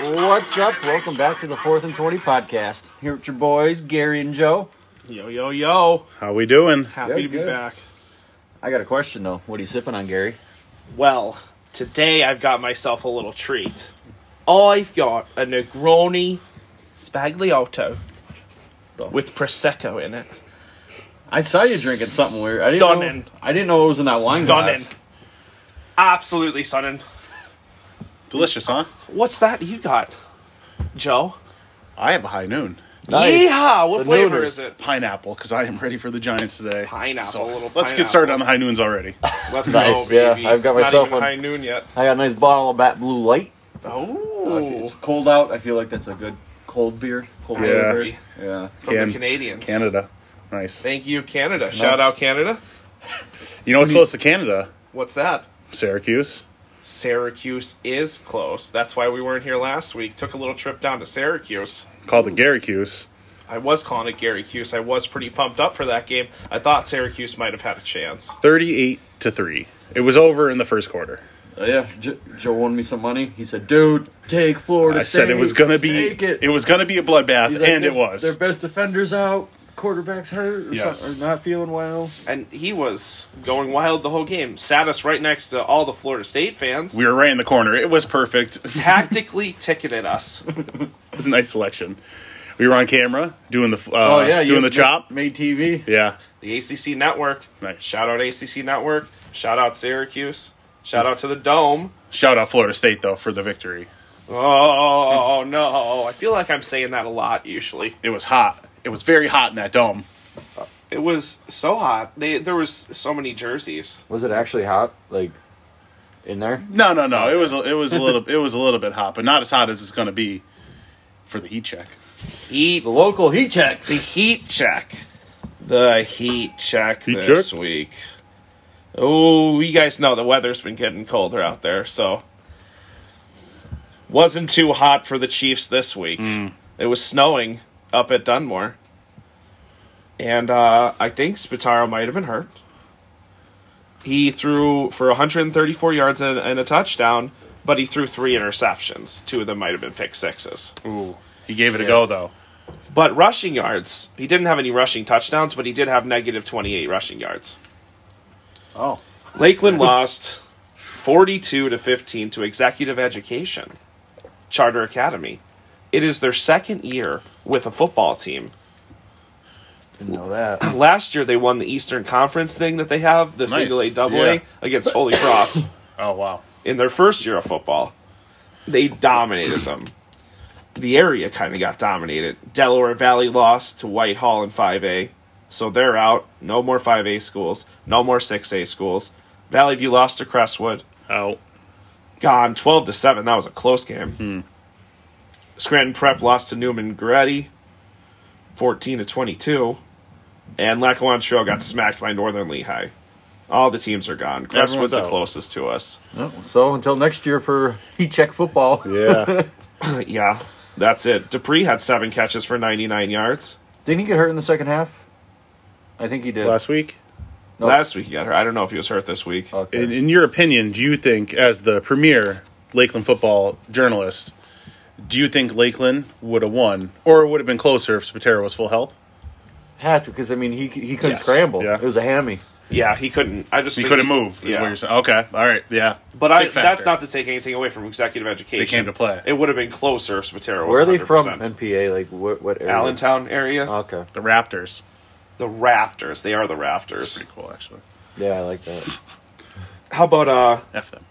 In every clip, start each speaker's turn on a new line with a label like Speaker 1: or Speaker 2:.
Speaker 1: What's up? Welcome back to the Fourth and Twenty podcast. Here with your boys, Gary and Joe.
Speaker 2: Yo, yo, yo.
Speaker 3: How we doing?
Speaker 2: Happy
Speaker 1: Yeah,
Speaker 2: to be
Speaker 1: good.
Speaker 2: back.
Speaker 1: I got a question though. What are you sipping on, Gary?
Speaker 2: Well, today I've got myself a little treat. I've got a Negroni Spagliato
Speaker 1: Oh.
Speaker 2: with Prosecco in it.
Speaker 1: I saw you drinking something weird. I didn't
Speaker 2: Stunning.
Speaker 1: know. I didn't know it was in that wine
Speaker 2: Stunning.
Speaker 1: glass.
Speaker 2: Absolutely stunning.
Speaker 3: Delicious, huh?
Speaker 2: What's that you got, Joe?
Speaker 3: I have a high noon.
Speaker 1: Nice.
Speaker 2: Yeehaw! What
Speaker 1: The
Speaker 2: flavor
Speaker 1: nooner.
Speaker 2: is it?
Speaker 3: Pineapple, because I am ready for the Giants today.
Speaker 2: Pineapple, a little
Speaker 3: Let's
Speaker 2: pineapple.
Speaker 3: get started on the high noons already.
Speaker 2: Let's go,
Speaker 1: Nice, yeah.
Speaker 2: baby.
Speaker 1: I've got
Speaker 2: Not
Speaker 1: myself
Speaker 2: even
Speaker 1: one.
Speaker 2: high noon yet.
Speaker 1: I got a nice bottle of Bat Blue Light. Uh, if
Speaker 2: Oh,
Speaker 1: It's cold out. I feel like that's a good cold beer. Cold
Speaker 3: Yeah.
Speaker 1: beer. Yeah.
Speaker 2: from
Speaker 3: Can-
Speaker 2: the Canadians.
Speaker 3: Canada. Nice.
Speaker 2: Thank you, Canada. Shout out, Canada.
Speaker 3: You know what's close to Canada?
Speaker 2: What's that?
Speaker 3: Syracuse.
Speaker 2: Syracuse is close. That's why we weren't here last week. Took a little trip down to Syracuse.
Speaker 3: Called the Garricuse.
Speaker 2: I was calling it Gary Cuse. I was pretty pumped up for that game. I thought Syracuse might have had a chance.
Speaker 3: 38 to 3. It was over in the first quarter.
Speaker 1: Uh, yeah. J- Joe wanted me some money. He said, "Dude, take Florida."
Speaker 3: I said it
Speaker 1: State.
Speaker 3: was gonna be
Speaker 1: Take
Speaker 3: it.
Speaker 1: it.
Speaker 3: was gonna be a bloodbath,
Speaker 1: He's like,
Speaker 3: and
Speaker 1: "Their-
Speaker 3: it was.
Speaker 1: Their best defenders out. Quarterbacks hurt or,
Speaker 3: Yes.
Speaker 1: something, or not feeling well.
Speaker 2: And he was going wild the whole game. Sat us right next to all the Florida State fans.
Speaker 3: We were right in the corner. It was perfect. it
Speaker 2: tactically ticketed us.
Speaker 3: was a nice selection. We were on camera doing the uh,
Speaker 1: Oh yeah, you
Speaker 3: doing the
Speaker 1: ma-
Speaker 3: chop.
Speaker 1: made TV.
Speaker 3: Yeah,
Speaker 2: The ACC Network.
Speaker 3: Nice.
Speaker 2: Shout out ACC Network. Shout out Syracuse. Shout out to the Dome.
Speaker 3: shout out Florida State though for the victory.
Speaker 2: Oh no! I feel like I'm saying that a lot usually.
Speaker 3: It was hot. It was very hot in that dome.
Speaker 2: It was so hot. They there was so many jerseys.
Speaker 1: Was it actually hot? Like in there?
Speaker 3: No, no, no. It was a- it was a little it was a little bit hot, but not as hot as it's going to be for the heat check.
Speaker 2: Heat
Speaker 1: The local heat check.
Speaker 2: the heat check. The heat check
Speaker 3: Heat
Speaker 2: this
Speaker 3: check?
Speaker 2: week. Oh, you guys know the weather's been getting colder out there, so wasn't too hot for the Chiefs this week.
Speaker 3: Hmm.
Speaker 2: It was snowing up at Dunmore. And uh, I think Spataro might have been hurt. He threw for 134 yards and, and a touchdown, but he threw three interceptions. Two of them might have been pick sixes.
Speaker 3: Ooh, he gave it a go though.
Speaker 2: But rushing yards, he didn't have any rushing touchdowns, but he did have negative 28 rushing yards.
Speaker 1: Oh,
Speaker 2: Lakeland lost 42 to 15 to Executive Education Charter Academy. It is their second year with a football team.
Speaker 1: didn't know that.
Speaker 2: Last year they won the Eastern Conference thing that they have, the
Speaker 3: Nice.
Speaker 2: single A double
Speaker 3: Yeah.
Speaker 2: A against Holy Cross
Speaker 3: Oh wow.
Speaker 2: in their first year of football. They dominated them. The area kind of got dominated. Delaware Valley lost to Whitehall in 5A. So they're out. No more 5A schools. No more 6A schools. Valley View lost to Crestwood.
Speaker 3: Out.
Speaker 2: Gone 12 to 7. That was a close game.
Speaker 3: Hmm.
Speaker 2: Scranton Prep lost to Newman Goretti 14 to 22. And Lackawanna Trail got smacked by Northern Lehigh. All the teams are gone. Crestwood's the
Speaker 3: out.
Speaker 2: closest to us.
Speaker 1: Oh, So until next year for heat check football.
Speaker 3: Yeah.
Speaker 2: Yeah, that's it. Dupree had seven catches for 99 yards.
Speaker 1: Didn't he get hurt in the second half? I think he did.
Speaker 3: Last week.
Speaker 1: Nope.
Speaker 2: Last week he got hurt. I don't know if he was hurt this week.
Speaker 1: Okay.
Speaker 3: In, in your opinion, do you think, as the premier Lakeland football journalist, do you think Lakeland would have won, or would have been closer if Spatero was full health?
Speaker 1: Had to because I mean he he couldn't
Speaker 3: Yes.
Speaker 1: scramble.
Speaker 3: Yeah.
Speaker 1: It was a hammy.
Speaker 2: Yeah, he couldn't. I just
Speaker 3: He
Speaker 2: think
Speaker 3: couldn't move. Is
Speaker 2: yeah.
Speaker 3: what you're saying. Okay. All right. Yeah.
Speaker 2: But I,
Speaker 3: Big factor.
Speaker 2: that's not to take anything away from executive education.
Speaker 3: They came to play.
Speaker 2: It would have been closer if Spatero was
Speaker 1: Where are they from? Uh,
Speaker 2: 100%.
Speaker 1: NPA like what what area?
Speaker 2: Allentown area.
Speaker 1: Okay.
Speaker 3: the Raptors.
Speaker 2: the Raptors. They are the
Speaker 3: It's
Speaker 2: Raptors.
Speaker 3: pretty cool, actually.
Speaker 1: Yeah, I like that.
Speaker 2: How about uh
Speaker 3: F them.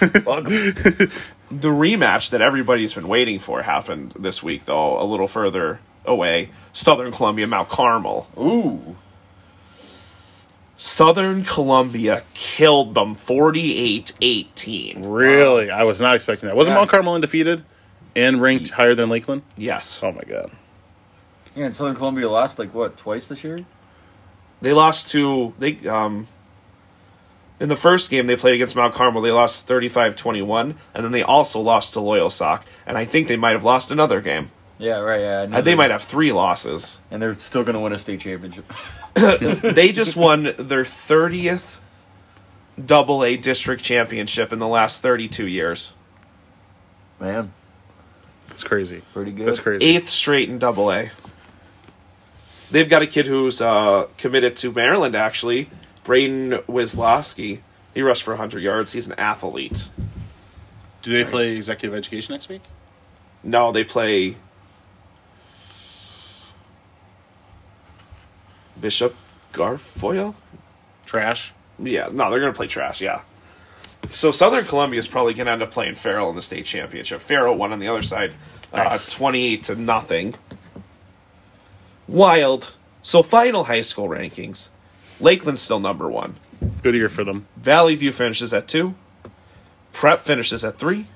Speaker 2: the rematch that everybody's been waiting for happened this week though, a little further away. Southern Columbia, Mount Carmel.
Speaker 1: Ooh.
Speaker 2: Southern Columbia killed them 48-18.
Speaker 3: Really? I was not expecting that. Wasn't
Speaker 1: Yeah.
Speaker 3: Mount Carmel undefeated and ranked higher than Lakeland?
Speaker 2: Yes.
Speaker 3: Oh my god.
Speaker 1: Yeah, and Southern Columbia lost like what twice this year?
Speaker 2: They lost to they um in the first game they played against Mount Carmel, they lost 35-21 and then they also lost to Loyal Sock and I think they might have lost another game.
Speaker 1: Yeah, right. Yeah, I know
Speaker 2: Uh, They might have 3 losses.
Speaker 1: and they're still going to win a state championship.
Speaker 2: They just won their 30th double A district championship in the last 32 years.
Speaker 1: Man,
Speaker 3: That's crazy.
Speaker 4: Pretty good.
Speaker 3: That's crazy.
Speaker 2: Eighth straight in Double A. They've got a kid who's uh, committed to Maryland. Actually, Braden Wislowski. He rushed for 100 yards. He's an athlete.
Speaker 3: Do they play executive education next week?
Speaker 2: No, they play Bishop Garfoyle.
Speaker 3: Trash.
Speaker 2: Yeah, no, they're gonna play trash. Yeah. So Southern Columbia is probably gonna end up playing Farrell in the state championship. Farrell won on the other side,
Speaker 3: Nice.
Speaker 2: uh, twenty-eight to nothing. Wild. So final high school rankings. Lakeland's still number one.
Speaker 3: Good year for them.
Speaker 2: Valley View finishes at two. Prep finishes at three.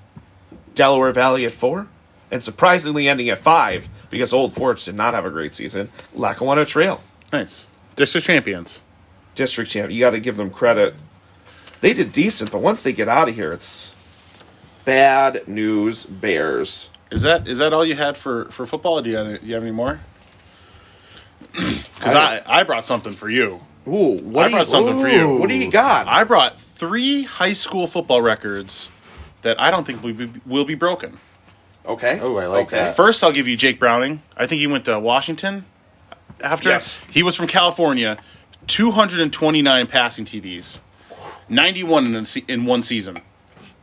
Speaker 2: Delaware Valley at four. And surprisingly ending at five because Old Forge did not have a great season. Lackawanna Trail,
Speaker 3: Nice. District champions.
Speaker 2: district champ. You got to give them credit. They did decent, but once they get out of here, it's bad news bears.
Speaker 3: Is that is that all you had for for football? Do you have, you have any more? Because I, I brought something for you.
Speaker 2: Ooh, what
Speaker 3: I
Speaker 2: do
Speaker 3: brought
Speaker 2: you,
Speaker 3: something for you.
Speaker 2: What do you got?
Speaker 3: I brought three high school football records that I don't think will be, will be broken.
Speaker 2: okay.
Speaker 4: Ooh, Oh, I like that.
Speaker 3: First, I'll give you Jake Browning. I think he went to Washington. After
Speaker 2: Yes.
Speaker 3: he was from California, 229 passing TDs, 91 in a se- in one season.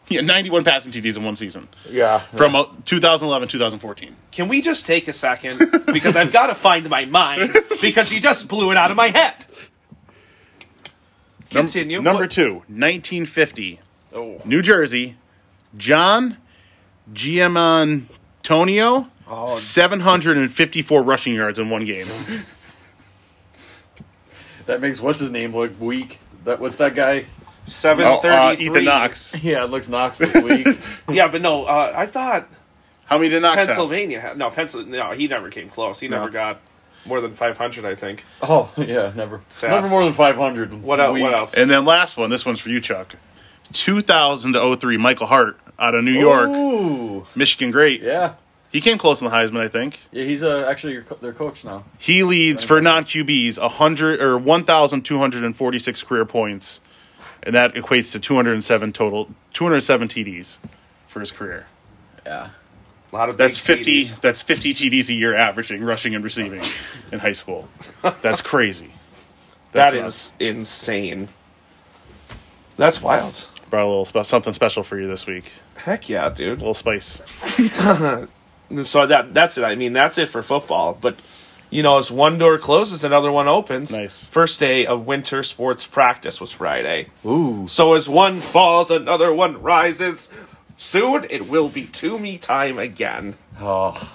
Speaker 3: Yeah, 91 passing TDs in one season
Speaker 4: Yeah.
Speaker 3: from uh, 2011 2014.
Speaker 2: Can we just take a second? Because I've got to find my mind because you just blew it out of my head.
Speaker 3: Num-
Speaker 2: Continue.
Speaker 3: Number
Speaker 2: What-
Speaker 3: two, 1950,
Speaker 2: Oh.
Speaker 3: New Jersey, John Giamantonio,
Speaker 2: Oh.
Speaker 3: 754 rushing yards in one game.
Speaker 4: That makes what's his name look weak. That what's that guy?
Speaker 3: Oh,
Speaker 2: Seven
Speaker 3: uh,
Speaker 2: thirty-three.
Speaker 3: Ethan Knox.
Speaker 4: Yeah, it looks Knox look weak.
Speaker 2: Yeah, but no, uh, I thought
Speaker 3: How many did Knox have?
Speaker 2: Pennsylvania. Had, no, Pennsylvania. No, he never came close. He never
Speaker 3: No.
Speaker 2: got more than five hundred. I think.
Speaker 4: oh yeah, never.
Speaker 2: Sad.
Speaker 4: Never more than five hundred.
Speaker 2: What, el- what else?
Speaker 3: And then last one, this one's for you, Chuck. 2000 to 03, Michael Hart out of New York,
Speaker 4: Ooh.
Speaker 3: Michigan great.
Speaker 4: Yeah.
Speaker 3: He came close in the Heisman, I think.
Speaker 4: Yeah, he's uh, actually your co- their coach now.
Speaker 3: He leads for non QBs 100 or 1,246 career points, and that equates to 207 total, 207 TDs for his career.
Speaker 4: Yeah.
Speaker 2: a lot of
Speaker 3: That's
Speaker 2: big
Speaker 3: 50.
Speaker 2: TDs.
Speaker 3: That's 50 TDs a year averaging, rushing and receiving in high school. That's crazy.
Speaker 2: That
Speaker 3: That's
Speaker 2: is insane. That's wild.
Speaker 3: Brought a little spe- something special for you this week.
Speaker 2: Heck yeah, dude.
Speaker 3: A little spice.
Speaker 2: So that that's it. I mean, that's it for football. But you know, as one door closes, another one opens.
Speaker 3: Nice.
Speaker 2: First day of winter sports practice was Friday.
Speaker 4: Ooh.
Speaker 2: So as one falls, another one rises. Soon it will be to me time again.
Speaker 4: Oh,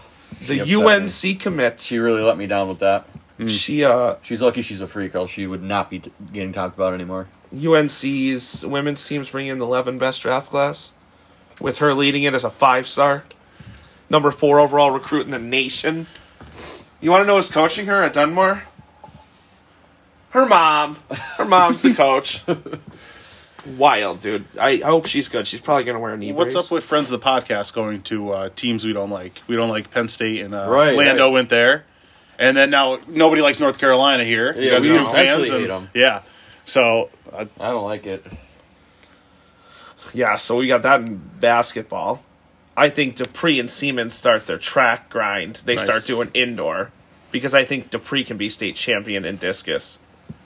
Speaker 2: The
Speaker 4: upset
Speaker 2: UNC commit.
Speaker 4: she really let me down with that.
Speaker 3: Hmm.
Speaker 2: She uh
Speaker 4: She's lucky she's a freak, else she would not be t- getting talked about anymore.
Speaker 2: UNC's women's teams bring in the 11 best draft class, with her leading it as a five star, number four overall recruit in the nation. You want to know who's coaching her at Dunmore? Her mom. Her mom's the coach. Wild, dude. I, I hope she's good. She's probably gonna wear a knee
Speaker 3: What's
Speaker 2: brace.
Speaker 3: up with friends of the podcast going to uh, teams we don't like? We don't like Penn State and uh,
Speaker 4: Right,
Speaker 3: Lando
Speaker 4: right.
Speaker 3: went there, and then now nobody likes North Carolina here
Speaker 4: Yeah,
Speaker 3: because
Speaker 4: we
Speaker 3: of Duke
Speaker 4: especially
Speaker 3: fans.
Speaker 4: hate
Speaker 3: and-
Speaker 4: 'em.
Speaker 3: Yeah, so uh,
Speaker 4: I don't like it.
Speaker 2: Yeah, so we got that in basketball. I think Dupree and Siemens start their track grind. They
Speaker 3: Nice.
Speaker 2: start doing indoor because I think Dupree can be state champion in discus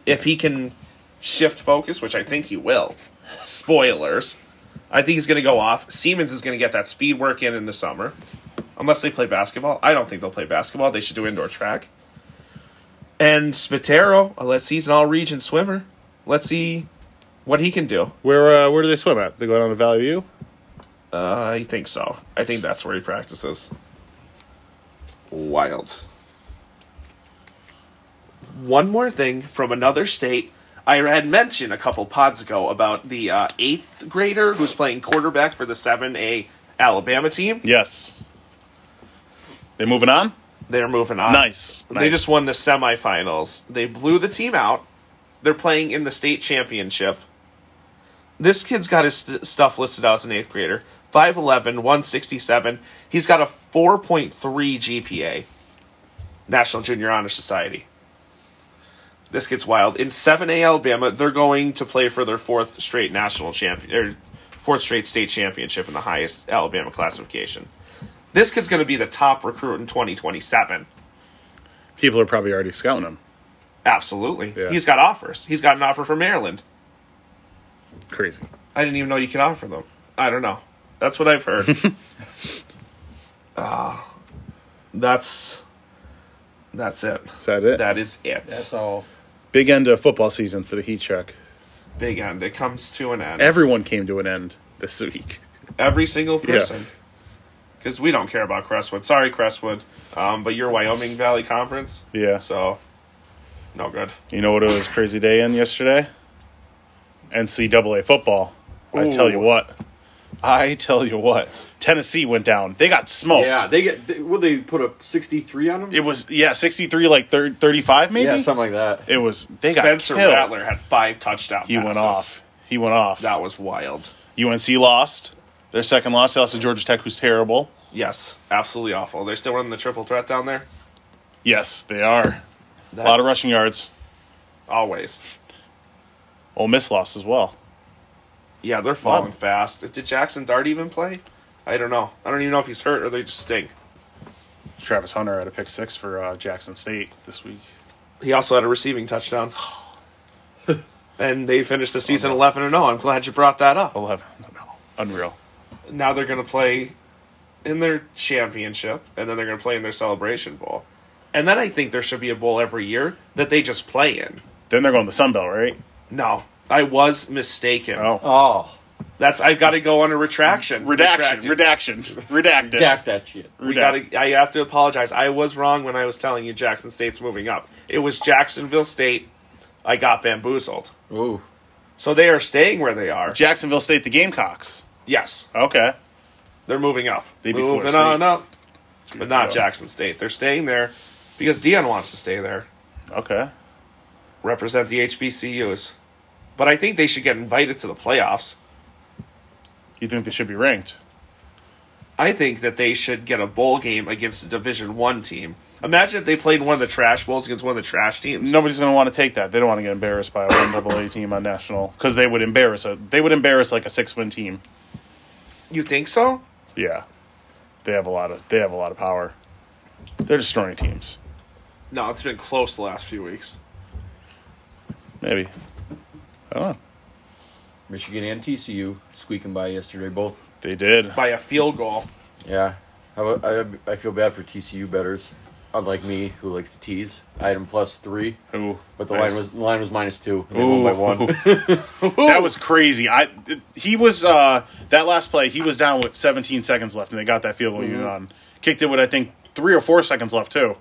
Speaker 2: if he can shift focus, which I think he will. Spoilers. I think he's going to go off. Siemens is going to get that speed work in in the summer, unless they play basketball. I don't think they'll play basketball. They should do indoor track. And Spatero, uh, let's see, he's an all-region swimmer. Let's see what he can do.
Speaker 3: where uh, where do they swim at? They go down to Valley View.
Speaker 2: Uh, I think so. I think that's where he practices. Wild. One more thing from another state. I had mentioned a couple pods ago about the uh, eighth grader who's playing quarterback for the 7A Alabama team.
Speaker 3: Yes, they moving on.
Speaker 2: They're moving on.
Speaker 3: Nice,
Speaker 2: They
Speaker 3: nice.
Speaker 2: just won the semifinals. They blew the team out. They're playing in the state championship. This kid's got his st- stuff listed out as an eighth grader 5'11, 167. He's got a 4.3 GPA, National Junior Honor Society. This gets wild. In 7A Alabama, they're going to play for their fourth straight er, national champion, or fourth straight state championship in the highest Alabama classification. This kid's going to be the top recruit in 2027.
Speaker 3: People are probably already scouting him.
Speaker 2: Absolutely.
Speaker 3: Yeah.
Speaker 2: He's got offers. He's got an offer from Maryland.
Speaker 3: Crazy.
Speaker 2: I didn't even know you could offer them. I don't know. That's what I've heard. Ah, that's that's it.
Speaker 3: Is that it?
Speaker 2: That is it.
Speaker 4: That's all.
Speaker 3: Big end of football season for the Heat Check.
Speaker 2: Big end. It comes to an end.
Speaker 3: Everyone came to an end this week.
Speaker 2: Every single
Speaker 3: Yeah.
Speaker 2: person. Because we don't care about Crestwood. Sorry, Crestwood. Um, but you're Wyoming Valley Conference.
Speaker 3: Yeah.
Speaker 2: So, no good.
Speaker 3: You know what it was a crazy day in yesterday? NCAA football. I tell you
Speaker 2: Ooh.
Speaker 3: what. I tell you what. Tennessee went down. They got smoked.
Speaker 4: Yeah, they get. They, would they put a sixty-three on them?
Speaker 3: It was yeah, 63 like thir 35 maybe.
Speaker 4: Yeah, something like that.
Speaker 3: it was they
Speaker 2: Spencer
Speaker 3: got killed.
Speaker 2: Rattler had five touchdowns.
Speaker 3: He went off. He went off.
Speaker 2: That was wild.
Speaker 3: UNC lost. Their second loss, they lost to Georgia Tech, who's terrible.
Speaker 2: Yes, absolutely awful. They're still running the triple threat down there.
Speaker 3: Yes, they are.
Speaker 2: That-
Speaker 3: A lot of rushing yards.
Speaker 2: always.
Speaker 3: Ole Miss lost as well.
Speaker 2: Yeah, they're falling fast. Did Jackson Dart even play? I don't know. I don't even know if he's hurt or they just stink.
Speaker 3: Travis Hunter had a pick six for uh, Jackson State this week.
Speaker 2: He also had a receiving touchdown. and they finished the season 11 and 0. I'm glad you brought that up.
Speaker 3: 11. No, no. Unreal.
Speaker 2: Now they're going to play in their championship and then they're going to play in their celebration bowl. And then I think there should be a bowl every year that they just play in.
Speaker 3: Then they're going to the Sun Belt, right?
Speaker 2: No, I was mistaken.
Speaker 3: Oh.
Speaker 4: Oh,
Speaker 2: That's I've got to go on a retraction.
Speaker 3: Redaction,
Speaker 2: Retracted.
Speaker 3: redaction, redacted.
Speaker 4: dack that shit.
Speaker 2: We
Speaker 3: Redact-
Speaker 2: gotta, I have to apologize. I was wrong when I was telling you Jackson State's moving up. It was Jacksonville State. I got bamboozled.
Speaker 4: Ooh,
Speaker 2: So they are staying where they are.
Speaker 3: Jacksonville State, the Gamecocks.
Speaker 2: Yes,
Speaker 3: Okay.
Speaker 2: they're moving up.
Speaker 3: They beat
Speaker 2: moving
Speaker 3: Florida State.
Speaker 2: on up, but not
Speaker 3: God.
Speaker 2: Jackson State. They're staying there because Dion wants to stay there,
Speaker 3: Okay.
Speaker 2: represent the HBCUs. But I think they should get invited to the playoffs.
Speaker 3: You think they should be ranked?
Speaker 2: I think that they should get a bowl game against a Division One team. Imagine if they played one of the trash bowls against one of the trash teams.
Speaker 3: Nobody's going to want to take that. They don't want to get embarrassed by a one double A team on national because they would embarrass a they would embarrass like a six win team.
Speaker 2: You think so?
Speaker 3: Yeah, they have a lot of they have a lot of power. They're destroying teams.
Speaker 2: No, it's been close the last few weeks.
Speaker 3: Maybe. I don't know.
Speaker 4: Michigan and TCU squeaking by yesterday. Both.
Speaker 3: They did.
Speaker 2: by a field goal.
Speaker 4: Yeah, I, wa- I, I feel bad for TCU betters. Unlike me, who likes to tease, I had them plus three,
Speaker 3: Ooh,
Speaker 4: but the
Speaker 3: nice.
Speaker 4: line was line was minus two. And they
Speaker 3: Ooh.
Speaker 4: won by one.
Speaker 3: that was crazy. I he was uh, that last play. He was down with 17 seconds left, and they got that field goal unit on. Kicked it with I think three or four seconds left too.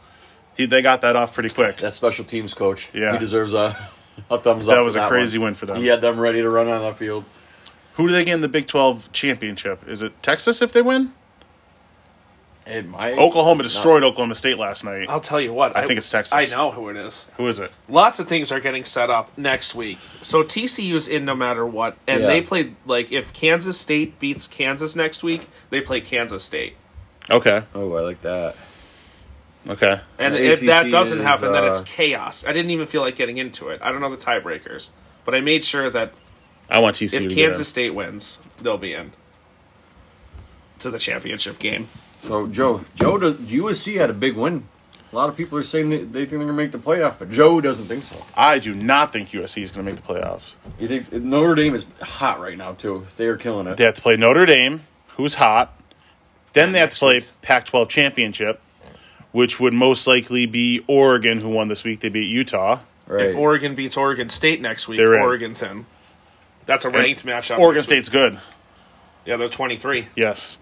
Speaker 3: He, they got that off pretty quick.
Speaker 4: that special teams coach.
Speaker 3: Yeah.
Speaker 4: he deserves a a thumbs up.
Speaker 3: that
Speaker 4: for
Speaker 3: was a crazy win for them.
Speaker 4: One. He had them ready to run on that field.
Speaker 3: Who do they get in the Big 12 championship? Is it Texas if they win?
Speaker 4: It might.
Speaker 3: Oklahoma destroyed Oklahoma State last night.
Speaker 2: I'll tell you what.
Speaker 3: I think it's Texas.
Speaker 2: I know who it is.
Speaker 3: Who is it?
Speaker 2: Lots of things are getting set up next week. So TCU's in no matter what, and
Speaker 4: Yeah.
Speaker 2: they play like if Kansas State beats Kansas next week, they play Kansas State.
Speaker 3: Okay.
Speaker 4: Oh, I like that.
Speaker 3: Okay.
Speaker 2: And
Speaker 4: The
Speaker 2: if that
Speaker 4: ACC
Speaker 2: doesn't
Speaker 4: is,
Speaker 2: happen, then it's
Speaker 4: uh,
Speaker 2: chaos. I didn't even feel like getting into it. I don't know the tiebreakers, but I made sure that
Speaker 3: I want TCU
Speaker 2: if
Speaker 3: to get
Speaker 2: Kansas State wins, they'll be in to the championship game.
Speaker 4: So Joe, Joe, does, USC had a big win. A lot of people are saying that they think they're gonna make the playoff, but Joe doesn't think so.
Speaker 3: in. I do not think USC is going to make the playoffs.
Speaker 4: You think Notre Dame is hot right now too? They are killing it.
Speaker 3: They have to play Notre Dame, who's hot. Then they have to
Speaker 2: next
Speaker 3: play Pac 12 championship, which would most likely be Oregon, who won this week. They beat Utah.
Speaker 4: right.
Speaker 2: If Oregon beats Oregon State next week,
Speaker 3: They're in.
Speaker 2: Oregon's in. That's a ranked matchup.
Speaker 3: Oregon
Speaker 2: next week.
Speaker 3: State's good.
Speaker 2: Yeah, they're 23.
Speaker 3: Yes.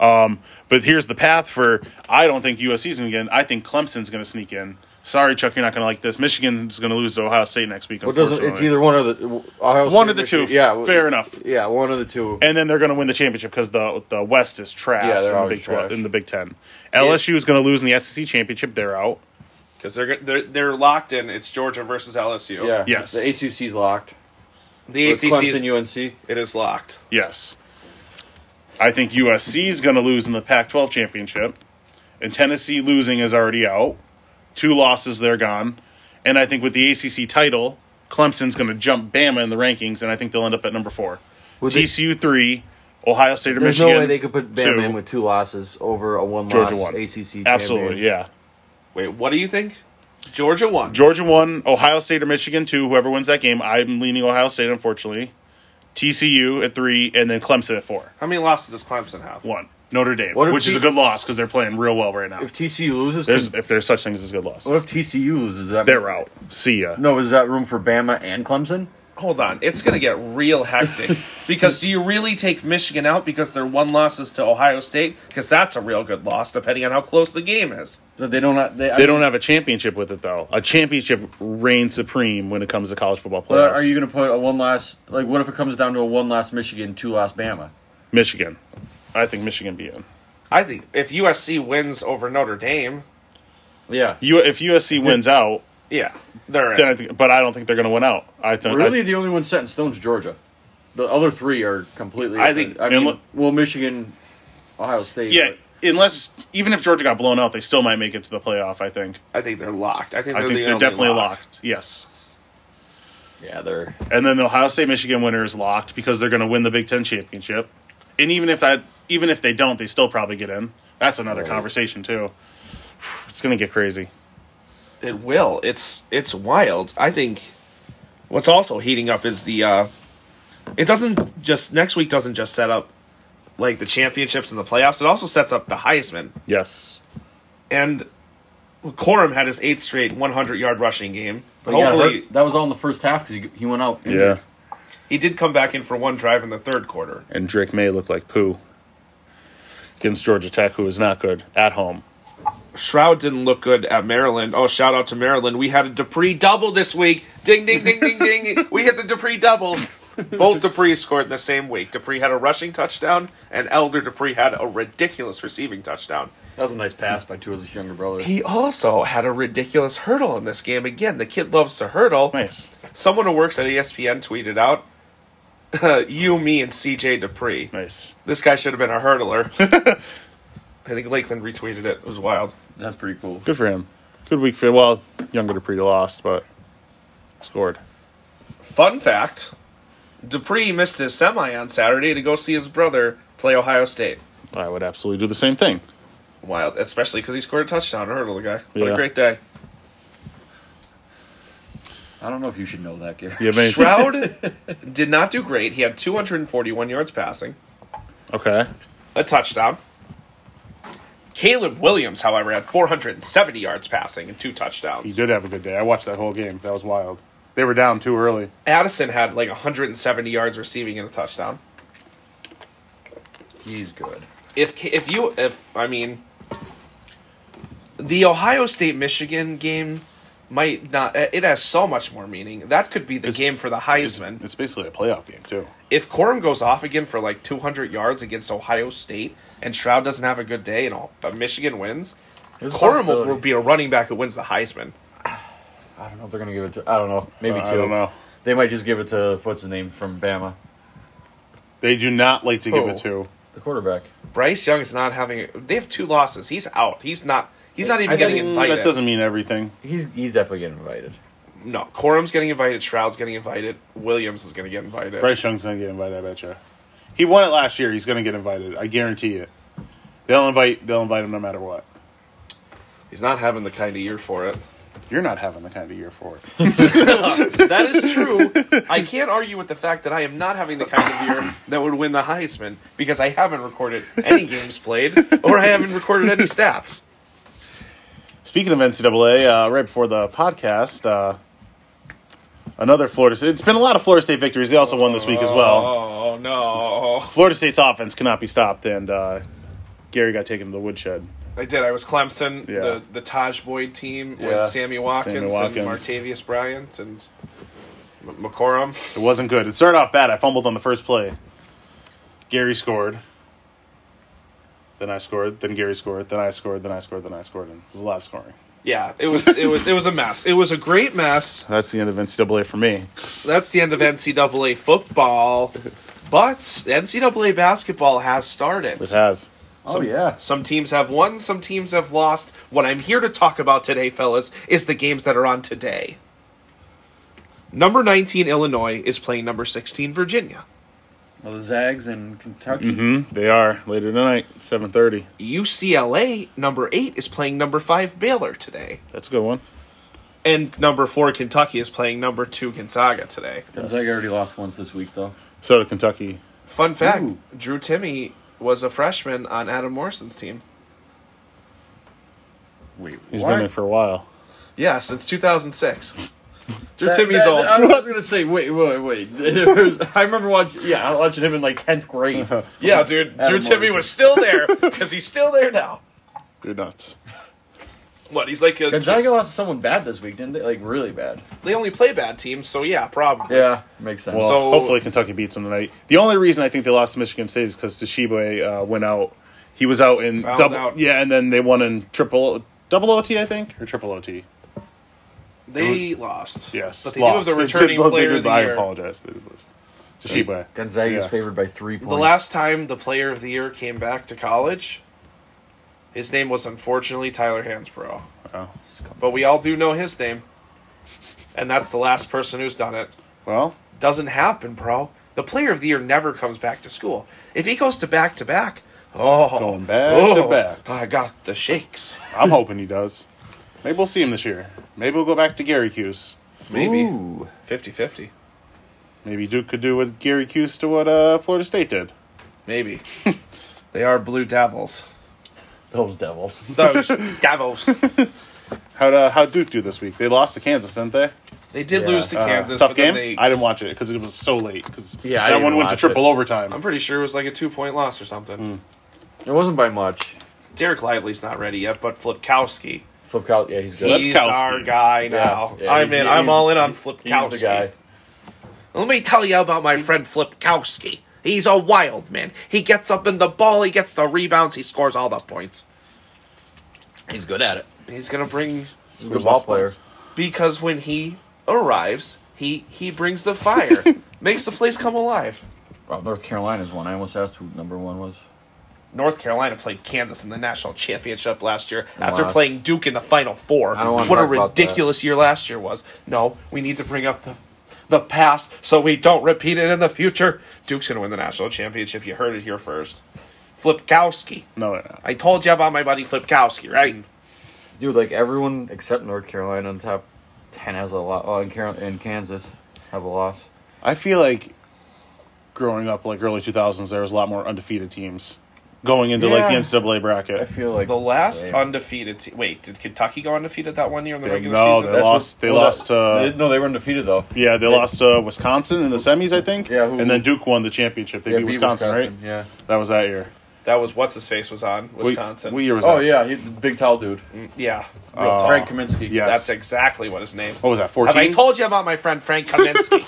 Speaker 3: Um, but here's the path for I don't think USC's going to get in. I think Clemson's going to sneak in. Sorry, Chuck, you're not going to like this. Michigan's going to lose to Ohio State next week,
Speaker 4: Well, it doesn't,
Speaker 3: unfortunately.
Speaker 4: it's either one of the Ohio
Speaker 3: One
Speaker 4: State,
Speaker 3: of the
Speaker 4: Michigan-
Speaker 3: two.
Speaker 4: Yeah,
Speaker 3: Fair enough.
Speaker 4: Yeah, one of the two.
Speaker 3: and then they're going to win the championship because the the West is
Speaker 4: Yeah,
Speaker 3: trash
Speaker 4: they're
Speaker 3: in, the
Speaker 4: always
Speaker 3: Big 12,
Speaker 4: trash.
Speaker 3: in the Big Ten. LSU is going to lose in the SEC championship. They're out.
Speaker 2: Because they're, they're they're locked in. It's Georgia versus LSU.
Speaker 4: yeah,
Speaker 3: Yes.
Speaker 4: The ACC's locked.
Speaker 2: the
Speaker 4: With
Speaker 2: ACC is,
Speaker 4: Clemson, UNC.
Speaker 2: it is locked.
Speaker 3: Yes, I think USC is going to lose in the Pac 12 championship, and Tennessee losing is already out. Two losses, they're gone. And I think with the ACC title, Clemson's going to jump Bama in the rankings, and I think they'll end up at number four.
Speaker 4: Would they-
Speaker 3: TCU three, Ohio State or
Speaker 5: There's
Speaker 3: Michigan.
Speaker 5: no way they could put Bam
Speaker 3: two.
Speaker 5: in with two losses over a one
Speaker 3: Georgia
Speaker 5: loss
Speaker 3: won.
Speaker 5: ACC. champion.
Speaker 3: Absolutely, yeah.
Speaker 2: Wait, what do you think? Georgia won.
Speaker 3: Georgia one, Ohio State or Michigan two. Whoever wins that game, I'm leaning Ohio State. Unfortunately, TCU at three, and then Clemson at four.
Speaker 2: How many losses does Clemson have?
Speaker 3: One Notre Dame,
Speaker 4: What if
Speaker 3: which is
Speaker 4: T-
Speaker 3: a good loss because they're playing real well right now.
Speaker 4: If TCU loses,
Speaker 3: There's
Speaker 4: can-
Speaker 3: if there's such things as good
Speaker 4: what
Speaker 3: losses,
Speaker 4: if TCU loses? Is that
Speaker 3: they're out. See ya.
Speaker 4: No, is that room for Bama and Clemson?
Speaker 2: Hold on, it's gonna get real hectic because do you really take Michigan out because their one loss is to Ohio State? Because that's a real good loss, depending on how close the game is.
Speaker 4: That they don't. They,
Speaker 3: They don't have a championship with it though. A championship reigns supreme when it comes to college football
Speaker 4: But
Speaker 3: playoffs.
Speaker 4: are you going to put a one last? Like, what if it comes down to a one last Michigan, two last Bama?
Speaker 3: Michigan? I think Michigan be in.
Speaker 2: I think if USC wins over Notre Dame,
Speaker 4: Yeah.
Speaker 3: You if USC wins out,
Speaker 2: yeah, they're
Speaker 3: then I
Speaker 2: in.
Speaker 3: think, but I don't think they're going to win out. I think
Speaker 4: Really,
Speaker 3: I,
Speaker 4: the only one set in stone's Georgia. The other three are completely.
Speaker 2: I think-
Speaker 4: I mean,
Speaker 3: and look-
Speaker 4: well, Michigan, Ohio State.
Speaker 3: yeah.
Speaker 4: but-
Speaker 3: Unless even if Georgia got blown out, they still might make it to the playoff. I think.
Speaker 2: I think they're locked. I think
Speaker 3: I
Speaker 2: they're,
Speaker 3: think
Speaker 2: the
Speaker 3: they're
Speaker 2: only
Speaker 3: definitely
Speaker 2: lock.
Speaker 3: locked. Yes.
Speaker 4: yeah, they're.
Speaker 3: And then the Ohio State Michigan winner is locked because they're going to win the Big Ten championship. And even if that, even if they don't, they still probably get in. That's another conversation too. It's going to get crazy.
Speaker 2: It will. It's it's wild. I think what's also heating up is the uh it doesn't just next week doesn't just set up like the championships and the playoffs, it also sets up the Heisman.
Speaker 3: Yes.
Speaker 2: And Corum had his eighth straight 100 yard rushing game.
Speaker 4: But he got
Speaker 2: Hopefully,
Speaker 4: hurt. that was all in the first half because he, he went out. injured.
Speaker 3: Yeah.
Speaker 2: he did come back in for one drive in the third quarter.
Speaker 3: And Drake May looked like poo against Georgia Tech, who is not good at home.
Speaker 2: Shroud didn't look good at Maryland. Oh, shout out to Maryland. We had a Dupree double this week. Ding, ding, ding, ding, ding. We hit the Dupree double. Both Duprees scored in the same week. Dupree had a rushing touchdown, and Elder Dupree had a ridiculous receiving touchdown.
Speaker 4: That was a nice pass by two of his younger brothers.
Speaker 2: He also had a ridiculous hurdle in this game. Again, the kid loves to hurdle.
Speaker 3: Nice.
Speaker 2: Someone who works at E ESPN tweeted out, you, me, and CJ Dupree.
Speaker 3: Nice.
Speaker 2: This guy should have been a hurdler. I think Lakeland retweeted it. It was wild.
Speaker 4: That's pretty cool.
Speaker 3: Good for him. Good week for well, younger Dupree lost, but scored.
Speaker 2: Fun fact Dupree missed his semi on Saturday to go see his brother play Ohio State.
Speaker 3: I would absolutely do the same thing.
Speaker 2: Wild, especially because he scored a touchdown hurdle, the guy. What
Speaker 3: Yeah.
Speaker 2: a great day.
Speaker 4: I don't know if you should know that, Gary.
Speaker 3: You have any-
Speaker 2: Shroud did not do great. He had 241 yards passing,
Speaker 3: Okay.
Speaker 2: a touchdown. Caleb Williams, however, had 470 yards passing and two touchdowns.
Speaker 3: He did have a good day. I watched that whole game. That was wild. They were down too early.
Speaker 2: Addison had like 170 yards receiving and a touchdown.
Speaker 4: He's good.
Speaker 2: if if you if I mean the Ohio State Michigan game might not uh, it has so much more meaning. That could be the
Speaker 3: It's-
Speaker 2: game for the Heisman.
Speaker 3: It's basically a playoff game too.
Speaker 2: if Corum goes off again for like 200 yards against Ohio State and Shroud doesn't have a good day and all, but Michigan wins,
Speaker 4: There's a
Speaker 2: Corum will,
Speaker 4: possibility.
Speaker 2: will be a running back who wins the Heisman.
Speaker 4: I don't know if they're gonna give it to. I don't know. Maybe
Speaker 3: Uh,
Speaker 4: two.
Speaker 3: I don't know.
Speaker 4: They might just give it to what's his name from Bama,
Speaker 3: They do not like to give it
Speaker 2: Oh.
Speaker 3: to.
Speaker 4: the quarterback.
Speaker 2: Bryce Young is not having they have two losses. He's out. He's not he's not even
Speaker 4: I
Speaker 2: getting
Speaker 4: think-
Speaker 2: invited.
Speaker 3: That doesn't mean everything.
Speaker 4: He's he's definitely getting invited.
Speaker 2: no, Corum's getting invited, Shroud's getting invited, Williams is going to get invited.
Speaker 3: Bryce Young's gonna get invited. I bet you. He won it last year. He's gonna get invited. I guarantee it. They'll invite. They'll invite him no matter what.
Speaker 2: He's not having the kind of year for it.
Speaker 3: You're not having the kind of year for it.
Speaker 2: That is true. I can't argue with the fact that I am not having the kind of year that would win the Heisman because I haven't recorded any games played or I haven't recorded any stats.
Speaker 3: Speaking of NCAA, uh, right before the podcast, uh, another Florida. State, it's been a lot of Florida State victories. They also won this week as well.
Speaker 2: Oh no!
Speaker 3: Florida State's offense cannot be stopped, and uh, Gary got taken to the woodshed.
Speaker 2: I did. I was Clemson,
Speaker 3: Yeah.
Speaker 2: the the Taj Boyd team
Speaker 3: Yeah.
Speaker 2: with Sammy Watkins,
Speaker 3: Sammy Watkins.
Speaker 2: and Martavius Bryant and M- McCorum.
Speaker 3: It wasn't good. It started off bad. I fumbled on the first play. Gary scored. Then I scored. Then Gary scored. Then I scored. Then I scored. Then I scored. And there's a lot of scoring.
Speaker 2: Yeah, it was it was it was a mess. It was a great mess.
Speaker 3: That's the end of NCAA for me.
Speaker 2: that's the end of NCAA football. But NCAA basketball has started.
Speaker 3: It has.
Speaker 4: oh yeah.
Speaker 2: Some teams have won, some teams have lost. What I'm here to talk about today, fellas, is the games that are on today. Number 19, Illinois, is playing number 16, Virginia.
Speaker 1: Well, the Zags in Kentucky.
Speaker 3: Mm-hmm. They are later tonight, seven thirty.
Speaker 2: UCLA number eight is playing number five Baylor today,
Speaker 3: That's a good one.
Speaker 2: and number four Kentucky is playing number two Gonzaga today.
Speaker 1: The Zags already lost once this week, though.
Speaker 3: So did Kentucky.
Speaker 2: Fun fact:
Speaker 1: Ooh.
Speaker 2: Drew Timmy was a freshman on Adam Morrison's team.
Speaker 1: Wait,
Speaker 3: He's
Speaker 1: what?
Speaker 3: been there for a while.
Speaker 2: Yeah, since 2006. Drew
Speaker 4: That-
Speaker 2: Timmy's
Speaker 4: that-
Speaker 2: old.
Speaker 4: I was gonna say, wait, wait, wait. There was- I remember watching. Yeah, I was watching him in like tenth grade.
Speaker 2: yeah, dude. Drew
Speaker 1: Adam
Speaker 2: Timmy
Speaker 1: Morrison.
Speaker 2: was still there because he's still there now.
Speaker 3: They're nuts.
Speaker 2: What? He's like a.
Speaker 4: Gonzaga lost to someone bad this week, didn't they? Like really bad.
Speaker 2: They only play bad teams, so yeah, probably.
Speaker 4: Yeah, makes sense.
Speaker 3: Well,
Speaker 2: So-
Speaker 3: hopefully Kentucky beats them tonight. The only reason I think they lost to Michigan State is because Toshiba uh, went out. He was out in
Speaker 2: Fouled
Speaker 3: double,
Speaker 2: out.
Speaker 3: yeah, and then they won in triple, double OT, I think, or triple OT.
Speaker 2: They lost.
Speaker 3: Mm-hmm. Yes,
Speaker 2: but they
Speaker 3: lost.
Speaker 2: do have the
Speaker 3: did-
Speaker 2: returning
Speaker 3: they
Speaker 2: player
Speaker 3: did-
Speaker 2: of the
Speaker 3: I
Speaker 2: year.
Speaker 3: apologize. They did lose. Toshiba.
Speaker 5: Gonzaga's
Speaker 3: Yeah.
Speaker 5: favored by three points.
Speaker 2: The last time the player of the year came back to college, his name was unfortunately Tyler Hansbrough.
Speaker 3: Oh.
Speaker 2: But we all do know his name. And that's the last person who's done it.
Speaker 3: Well,
Speaker 2: Doesn't happen, bro. The player of the year never comes back to school. If he goes to back to back, oh,
Speaker 3: Going back to back.
Speaker 2: I got the shakes.
Speaker 3: I'm hoping he does. Maybe we'll see him this year. Maybe we'll go back to Gary Cuse.
Speaker 2: Maybe
Speaker 5: Ooh.
Speaker 2: 50 50.
Speaker 3: Maybe Duke could do what Gary Cuse to what uh, Florida State did.
Speaker 2: Maybe. they are Blue Devils.
Speaker 4: Those devils.
Speaker 2: Those Devils.
Speaker 3: How'd, uh, how'd Duke do this week? They lost to Kansas, didn't they?
Speaker 2: They did
Speaker 5: Yeah,
Speaker 2: lose to
Speaker 3: Uh,
Speaker 2: Kansas.
Speaker 3: tough
Speaker 2: but then
Speaker 3: game?
Speaker 2: They,
Speaker 3: I didn't watch it because it was so late. Cause
Speaker 4: Yeah, I
Speaker 3: that
Speaker 4: didn't
Speaker 3: one went to
Speaker 4: watch
Speaker 3: triple
Speaker 4: it.
Speaker 3: overtime.
Speaker 2: I'm pretty sure it was like a two point loss or something.
Speaker 4: Hmm. It wasn't by much.
Speaker 2: Derek Lively's not ready yet, but Flipkowski.
Speaker 4: Flip out. Yeah, he's good.
Speaker 3: Flip-
Speaker 2: He's
Speaker 3: Flipkowski.
Speaker 2: our guy now.
Speaker 4: yeah,
Speaker 2: I'm
Speaker 4: he-
Speaker 2: in.
Speaker 4: he-
Speaker 2: I'm all in on
Speaker 4: He's
Speaker 2: Flipkowski.
Speaker 4: the guy.
Speaker 2: Let me tell you about my friend Flipkowski. He's a wild man. He gets up in the ball, he gets the rebounds, he scores all the points.
Speaker 4: He's good at it.
Speaker 2: He's going to bring
Speaker 5: He's a
Speaker 4: Good ball player.
Speaker 2: because when he arrives, he he brings the fire. makes the place come alive.
Speaker 5: Well, North Carolina's one. I almost asked who number one was.
Speaker 2: North Carolina played Kansas in the national championship last year after
Speaker 5: lost.
Speaker 2: playing Duke in the Final Four.
Speaker 5: don't wanna
Speaker 2: what a
Speaker 5: talk about that.
Speaker 2: ridiculous year last year was. No, we need to bring up the the past so we don't repeat it in the future. Duke's going to win the national championship. You heard it here first. Flipkowski.
Speaker 3: No, they're not.
Speaker 2: I told you about my buddy Flipkowski, right?
Speaker 5: Dude, like everyone except North Carolina in the top ten has a lot. Oh, and, Carol- and Kansas have a loss.
Speaker 3: I feel like growing up, like early 2000s, there was a lot more undefeated teams going into like the
Speaker 2: Yeah.
Speaker 3: NCAA
Speaker 5: I
Speaker 3: bracket.
Speaker 5: feel like
Speaker 2: The last
Speaker 5: Same.
Speaker 2: undefeated te- wait, did Kentucky go undefeated that one year in the
Speaker 3: They-
Speaker 2: regular
Speaker 3: no,
Speaker 2: season?
Speaker 3: they
Speaker 4: That's
Speaker 3: lost- they lost,
Speaker 4: that-
Speaker 3: uh,
Speaker 4: they- no, they were undefeated though.
Speaker 3: Yeah, they lost uh, Wisconsin in the semis, I think.
Speaker 4: Yeah, who-
Speaker 3: and then Duke won the championship. They
Speaker 4: Yeah,
Speaker 3: beat
Speaker 4: beat
Speaker 3: Wisconsin, right?
Speaker 4: Yeah.
Speaker 3: That was that year.
Speaker 2: that was what's his face was on
Speaker 3: What-
Speaker 2: Wisconsin.
Speaker 3: What, year was
Speaker 4: Oh
Speaker 3: that?
Speaker 4: yeah, he, big tall dude.
Speaker 2: yeah.
Speaker 3: Uh,
Speaker 4: Frank Kaminsky.
Speaker 3: yes.
Speaker 2: That's exactly what his name.
Speaker 3: What was that?
Speaker 2: Have I
Speaker 3: Fourteen.
Speaker 2: told you about my friend Frank Kaminsky?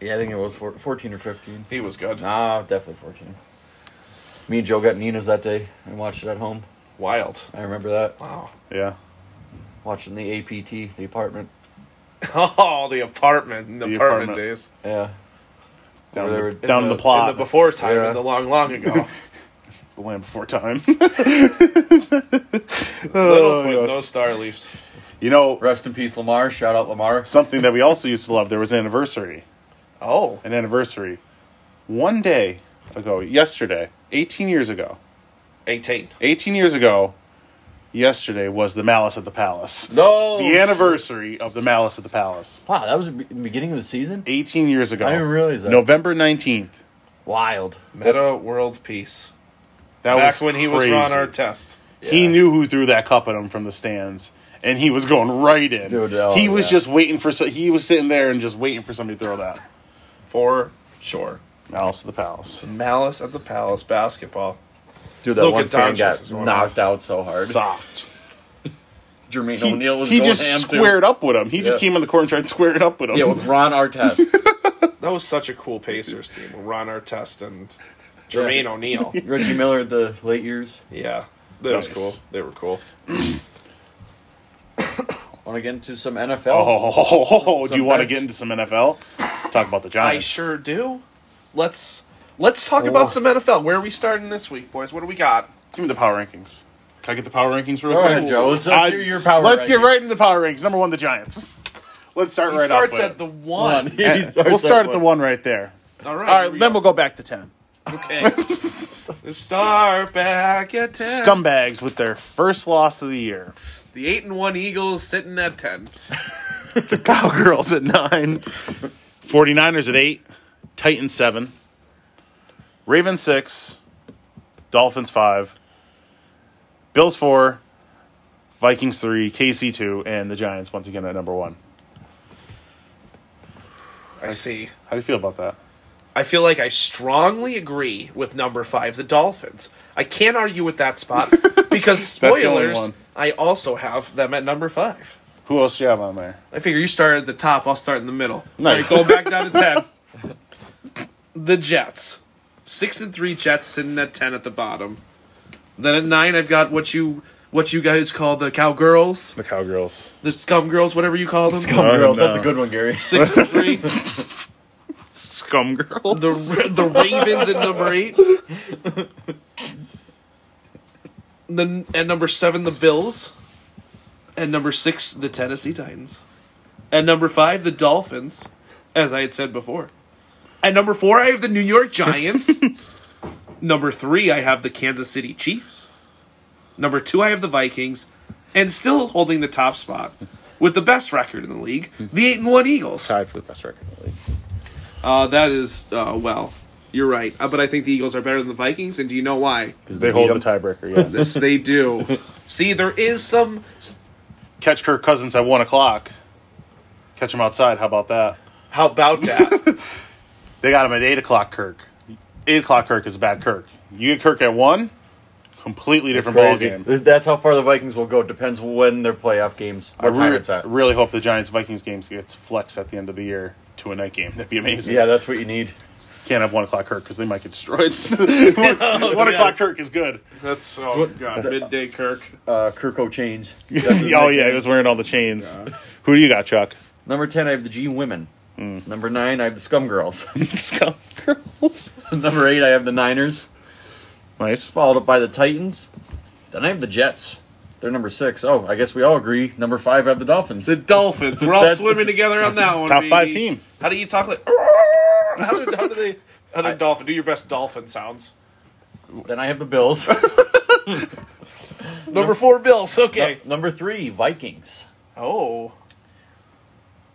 Speaker 5: yeah, I think it was four, fourteen or fifteen.
Speaker 2: he was good.
Speaker 5: Nah, definitely fourteen. Me and Joe got Nina's that day and watched it at home.
Speaker 2: Wild.
Speaker 5: I remember that
Speaker 2: Wow.
Speaker 3: yeah.
Speaker 5: watching the APT, the apartment.
Speaker 2: Oh, the apartment in the,
Speaker 3: The
Speaker 2: apartment,
Speaker 3: apartment.
Speaker 2: days.
Speaker 5: Yeah,
Speaker 3: Down,
Speaker 5: Where they
Speaker 3: the,
Speaker 5: were-
Speaker 3: down
Speaker 5: in
Speaker 3: the,
Speaker 5: the-
Speaker 3: plot.
Speaker 2: In the before time,
Speaker 5: Yeah.
Speaker 2: in the long, long ago.
Speaker 3: the land before time. Oh,
Speaker 2: Littlefoot,
Speaker 3: gosh.
Speaker 2: no star leaves.
Speaker 3: You know,
Speaker 4: Rest in peace, Lamar. Shout out Lamar.
Speaker 3: something that we also used to love, there was an anniversary.
Speaker 2: Oh.
Speaker 3: An anniversary. One day ago, yesterday, 18 years ago,
Speaker 2: 18.
Speaker 3: 18 years ago, yesterday was the Malice at the Palace.
Speaker 4: No.
Speaker 3: The anniversary of the Malice at the Palace.
Speaker 5: wow, that was the be- beginning of the season.
Speaker 3: 18 years ago.
Speaker 5: I didn't realize that.
Speaker 3: November 19th.
Speaker 5: Wild.
Speaker 2: Meta world peace.
Speaker 3: That
Speaker 2: Back
Speaker 3: was
Speaker 2: when he was Ron
Speaker 3: crazy.
Speaker 2: Artest.
Speaker 3: He
Speaker 5: Yeah.
Speaker 3: knew who threw that cup at him from the stands, and he was going right in.
Speaker 5: Dude, oh,
Speaker 3: he was
Speaker 5: yeah.
Speaker 3: just waiting for. So, he was sitting there and just waiting for somebody to throw that.
Speaker 2: For sure.
Speaker 3: Alice at the Palace.
Speaker 2: Malice at the Palace basketball.
Speaker 4: Dude, that
Speaker 2: Luka
Speaker 4: one fan
Speaker 2: Doncic
Speaker 4: got
Speaker 2: is going
Speaker 4: knocked out so hard.
Speaker 3: Socked.
Speaker 4: Jermaine
Speaker 3: He,
Speaker 4: O'Neal was
Speaker 3: he
Speaker 4: going
Speaker 3: just
Speaker 4: ham
Speaker 3: squared up with him. He just
Speaker 4: Yeah.
Speaker 3: came on the court and tried squaring up with him.
Speaker 4: Too. Yeah, with Ron Artest.
Speaker 2: That was such a cool Pacers team. with Ron Artest and Jermaine O'Neal.
Speaker 5: Reggie Miller, the late years.
Speaker 2: Yeah. That was
Speaker 3: Nice.
Speaker 2: cool. They were cool.
Speaker 4: Want to get into some NFL?
Speaker 3: oh, ho, ho, ho, ho, ho. do
Speaker 4: Some
Speaker 3: you want to
Speaker 4: bets.
Speaker 3: get into some NFL? Talk about the
Speaker 2: I
Speaker 3: Giants.
Speaker 2: sure do. Let's let's
Speaker 3: Oh.
Speaker 2: talk about some NFL. Where are we starting this week, boys? What do we got?
Speaker 3: Give me the power rankings. Can I get the power rankings real
Speaker 4: All
Speaker 3: quick?
Speaker 4: right, Joe. Let's, let's
Speaker 3: I-
Speaker 4: hear your power.
Speaker 3: let's get
Speaker 4: rankings.
Speaker 3: right into the power rankings. Number one, the Giants. Let's start
Speaker 2: He
Speaker 3: right off.
Speaker 2: starts
Speaker 3: with
Speaker 2: at
Speaker 3: it.
Speaker 2: the
Speaker 4: Hold on.
Speaker 2: one.
Speaker 4: He
Speaker 3: Uh,
Speaker 4: starts
Speaker 3: we'll start at
Speaker 4: that
Speaker 3: the one right there.
Speaker 2: All right.
Speaker 3: All right,
Speaker 2: here we
Speaker 3: then we'll go back to ten.
Speaker 2: Okay. the star back at ten.
Speaker 3: Scumbags with their first loss of the year.
Speaker 2: The eight and one Eagles sitting at ten.
Speaker 3: The Cowgirls at nine. 49ers at eight. Titans seven. Ravens six. Dolphins five. Bills four. Vikings three. KC two. And the Giants once again at number one.
Speaker 2: I see.
Speaker 3: How do you feel about that?
Speaker 2: I feel like I strongly agree with number five, the Dolphins. I can't argue with that spot because
Speaker 3: the only
Speaker 2: spoilers.
Speaker 3: one.
Speaker 2: I also have them at number five.
Speaker 3: Who else do you have on there?
Speaker 2: I figure you start at the top, I'll start in the middle.
Speaker 3: Nice.
Speaker 2: All right, go back down to ten. The Jets, six and three Jets sitting at ten at the bottom. Then at nine, I've got what you what you guys call the cowgirls,
Speaker 3: The Cowgirls.
Speaker 2: the scum girls, whatever you call them.
Speaker 6: Scum
Speaker 3: Oh,
Speaker 6: girls,
Speaker 3: no.
Speaker 6: that's a good one, Gary.
Speaker 2: Six and three.
Speaker 3: Scumgirl.
Speaker 2: The Ra- the Ravens at number eight. Then at number seven, the Bills. At number six, the Tennessee Titans. At number five, the Dolphins, as I had said before. At number four, I have the New York Giants. number three, I have the Kansas City Chiefs. Number two, I have the Vikings, and still holding the top spot with the best record in the league, the eight and one Eagles.
Speaker 3: Tied for the best record in the league.
Speaker 2: Uh, that is, uh, well, you're right. Uh, but I think the Eagles are better than the Vikings, and do you know why?
Speaker 3: They hold the tiebreaker, yes.
Speaker 2: Yes, they do. See, there is some.
Speaker 3: Catch Kirk Cousins at one o'clock. Catch him outside. How about that?
Speaker 2: How about that?
Speaker 3: They got him at eight o'clock. Kirk, eight o'clock. Kirk is a bad Kirk. You get Kirk at one, completely different ball
Speaker 1: Crazy.
Speaker 3: game.
Speaker 1: That's how far the Vikings will go. Depends when their playoff games.
Speaker 3: I
Speaker 1: What time
Speaker 3: re-
Speaker 1: it's at.
Speaker 3: really hope the Giants Vikings games gets flexed at the end of the year to a night game. That'd be amazing.
Speaker 1: Yeah, that's what you need.
Speaker 3: can't have one o'clock Kirk because they might get destroyed. one one
Speaker 2: yeah.
Speaker 3: o'clock Kirk is good.
Speaker 2: That's so. God, midday Kirk.
Speaker 1: Uh, Kirko chains.
Speaker 3: oh yeah, he was wearing all the chains. Who do you got, Chuck?
Speaker 1: Number ten, I have the G women.
Speaker 3: Hmm.
Speaker 1: Number nine, I have the Scum Girls.
Speaker 3: Scum girls.
Speaker 1: Number eight, I have the Niners,
Speaker 3: Nice.
Speaker 1: followed up by the Titans. Then I have the Jets. They're number six. Oh, I guess we all agree. Number five, I have the Dolphins.
Speaker 2: The Dolphins. We're all
Speaker 1: That's-
Speaker 2: swimming together on that one.
Speaker 3: Top
Speaker 2: baby.
Speaker 3: five team.
Speaker 2: How do you talk like? How do, how do they? How do dolphin do your best dolphin sounds?
Speaker 1: Then I have the Bills.
Speaker 2: Number four, Bills. Okay.
Speaker 1: Nu- Uh, number three, Vikings.
Speaker 2: Oh,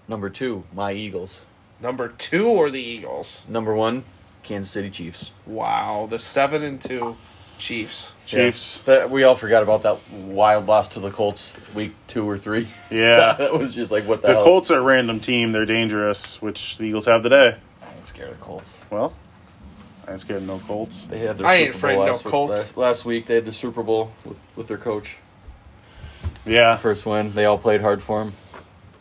Speaker 1: Number two, my Eagles.
Speaker 2: number two are the Eagles.
Speaker 1: Number one, Kansas City Chiefs.
Speaker 2: Wow, the seven and two Chiefs.
Speaker 3: Chiefs.
Speaker 1: Yeah. That- we all forgot about that wild loss to the Colts week two or three.
Speaker 3: Yeah.
Speaker 1: that was just like what the,
Speaker 3: The
Speaker 1: hell?
Speaker 3: Colts are a random team. They're dangerous, which the Eagles have today.
Speaker 1: I'm scared of the Colts.
Speaker 3: Well, I ain't scared of no Colts.
Speaker 1: They had their
Speaker 2: I
Speaker 1: Super
Speaker 2: ain't afraid
Speaker 1: Bowl
Speaker 2: of no
Speaker 1: last week-
Speaker 2: Colts.
Speaker 1: Last, last week they had the Super Bowl with, with their coach.
Speaker 3: Yeah.
Speaker 1: First win. They all played hard for him.